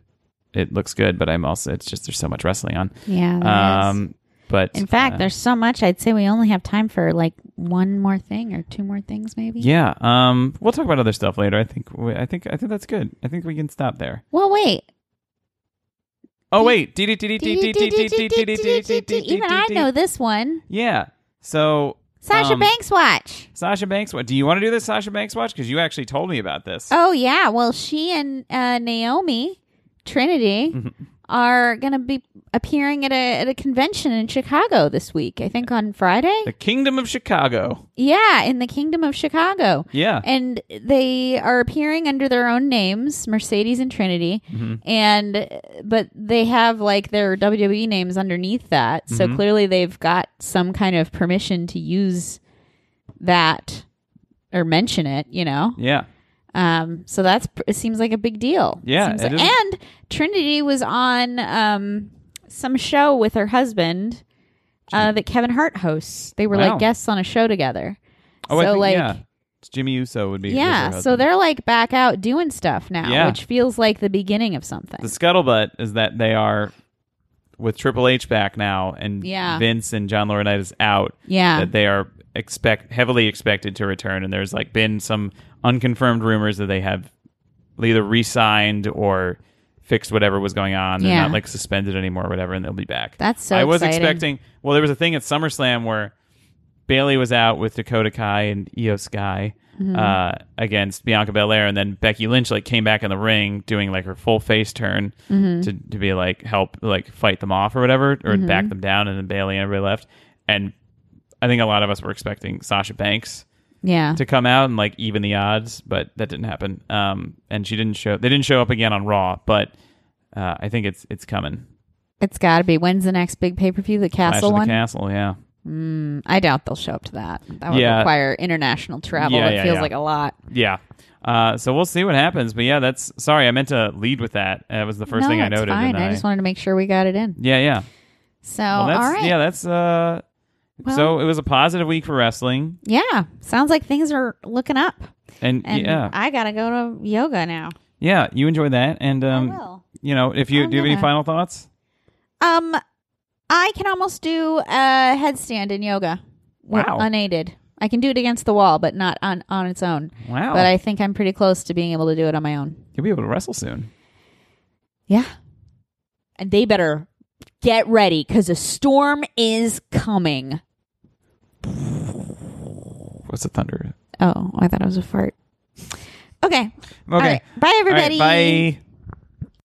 Speaker 2: it looks good. But I'm also it's just there's so much wrestling on.
Speaker 1: yeah. there is.
Speaker 2: Um, but
Speaker 1: In fact,
Speaker 2: uh,
Speaker 1: there's so much. I'd say we only have time for like one more thing or two more things, maybe.
Speaker 2: yeah, um, we'll talk about other stuff later. I think we, I think I think that's good. I think we can stop there.
Speaker 1: Well, wait.
Speaker 2: Oh
Speaker 1: Dee-
Speaker 2: wait, dee- dee- dee- dee- dee- dee- dee- dee- dee- dee- dee- dee- dee- dee-
Speaker 1: Even I
Speaker 2: dee-
Speaker 1: know this one.
Speaker 2: Yeah. So
Speaker 1: Sasha
Speaker 2: um,
Speaker 1: Banks watch.
Speaker 2: Sasha Banks. What do you want to do this Sasha Banks watch? Because you actually told me about this.
Speaker 1: Oh yeah. Well, she and uh, Naomi Trinity are gonna be appearing at a at a convention in Chicago this week. I think on Friday.
Speaker 2: The Kingdom of Chicago.
Speaker 1: Yeah, in the Kingdom of Chicago.
Speaker 2: Yeah.
Speaker 1: And they are appearing under their own names, Mercedes and Trinity, and but they have like their WWE names underneath that. So clearly they've got some kind of permission to use that or mention it, you know.
Speaker 2: Yeah.
Speaker 1: Um, so that's pr- it seems like a big deal.
Speaker 2: Yeah,
Speaker 1: Seems
Speaker 2: it
Speaker 1: like-
Speaker 2: is.
Speaker 1: and Trinity was on um some show with her husband uh, that Kevin Hart hosts. They were
Speaker 2: Wow.
Speaker 1: like guests on a show together.
Speaker 2: Oh,
Speaker 1: so
Speaker 2: I think,
Speaker 1: like
Speaker 2: yeah. It's Jimmy Uso would be. was her
Speaker 1: yeah, so
Speaker 2: husband.
Speaker 1: they're like back out doing stuff now,
Speaker 2: Yeah.
Speaker 1: which feels like the beginning of something.
Speaker 2: the scuttlebutt is that they are with Triple H back now, and
Speaker 1: Yeah.
Speaker 2: Vince and John Laurinaitis out.
Speaker 1: yeah.
Speaker 2: That they are expect heavily expected to return, and there's like been some unconfirmed rumors that they have either re-signed or fixed whatever was going on. They're
Speaker 1: Yeah.
Speaker 2: not like suspended anymore or whatever, and they'll be back.
Speaker 1: That's so
Speaker 2: I was
Speaker 1: exciting.
Speaker 2: expecting. Well, there was a thing at SummerSlam where Bailey was out with Dakota Kai and Io Sky
Speaker 1: Mm-hmm.
Speaker 2: uh, against Bianca Belair, and then Becky Lynch like came back in the ring doing like her full face turn
Speaker 1: Mm-hmm.
Speaker 2: to to be like help like fight them off or whatever or back them down, and then Bailey and everybody left. And I think a lot of us were expecting Sasha Banks
Speaker 1: yeah.
Speaker 2: to come out and like even the odds, but that didn't happen. Um, and she didn't show. They didn't show up again on Raw, but uh, I think it's it's coming.
Speaker 1: it's got to be. When's the next big pay per view? The
Speaker 2: Clash
Speaker 1: Castle
Speaker 2: of the
Speaker 1: one?
Speaker 2: Castle, yeah.
Speaker 1: Mm, I doubt they'll show up to that. That would
Speaker 2: Yeah.
Speaker 1: require international travel.
Speaker 2: Yeah,
Speaker 1: it
Speaker 2: yeah,
Speaker 1: feels
Speaker 2: yeah.
Speaker 1: like a lot.
Speaker 2: Yeah. Uh, so we'll see what happens. But yeah, that's sorry. I meant to lead with that. That was the first
Speaker 1: no,
Speaker 2: thing I
Speaker 1: it's
Speaker 2: noted.
Speaker 1: Fine.
Speaker 2: and
Speaker 1: I
Speaker 2: I-
Speaker 1: just wanted to make sure we got it in.
Speaker 2: yeah, yeah.
Speaker 1: So,
Speaker 2: Well, that's,
Speaker 1: all right.
Speaker 2: Yeah, that's. Uh, so
Speaker 1: Well-
Speaker 2: it was a positive week for wrestling,
Speaker 1: Yeah, sounds like things are looking up.
Speaker 2: and,
Speaker 1: And
Speaker 2: yeah,
Speaker 1: I gotta go to yoga now.
Speaker 2: yeah, you enjoyed that, and um,
Speaker 1: I will.
Speaker 2: you know, if you
Speaker 1: I'm
Speaker 2: do you have any
Speaker 1: gonna-
Speaker 2: final thoughts?
Speaker 1: Um, I can almost do a headstand in yoga. with-
Speaker 2: Wow.
Speaker 1: Unaided. I can do it against the wall, but not on on its own.
Speaker 2: Wow,
Speaker 1: But I think I'm pretty close to being able to do it on my own.
Speaker 2: you'll be able to wrestle soon.
Speaker 1: Yeah. And they better get ready because a storm is coming.
Speaker 2: What's the thunder?
Speaker 1: Oh, I thought it was a fart. Okay.
Speaker 2: Okay,
Speaker 1: All right. Bye,
Speaker 2: All right,
Speaker 1: everybody.
Speaker 2: bye.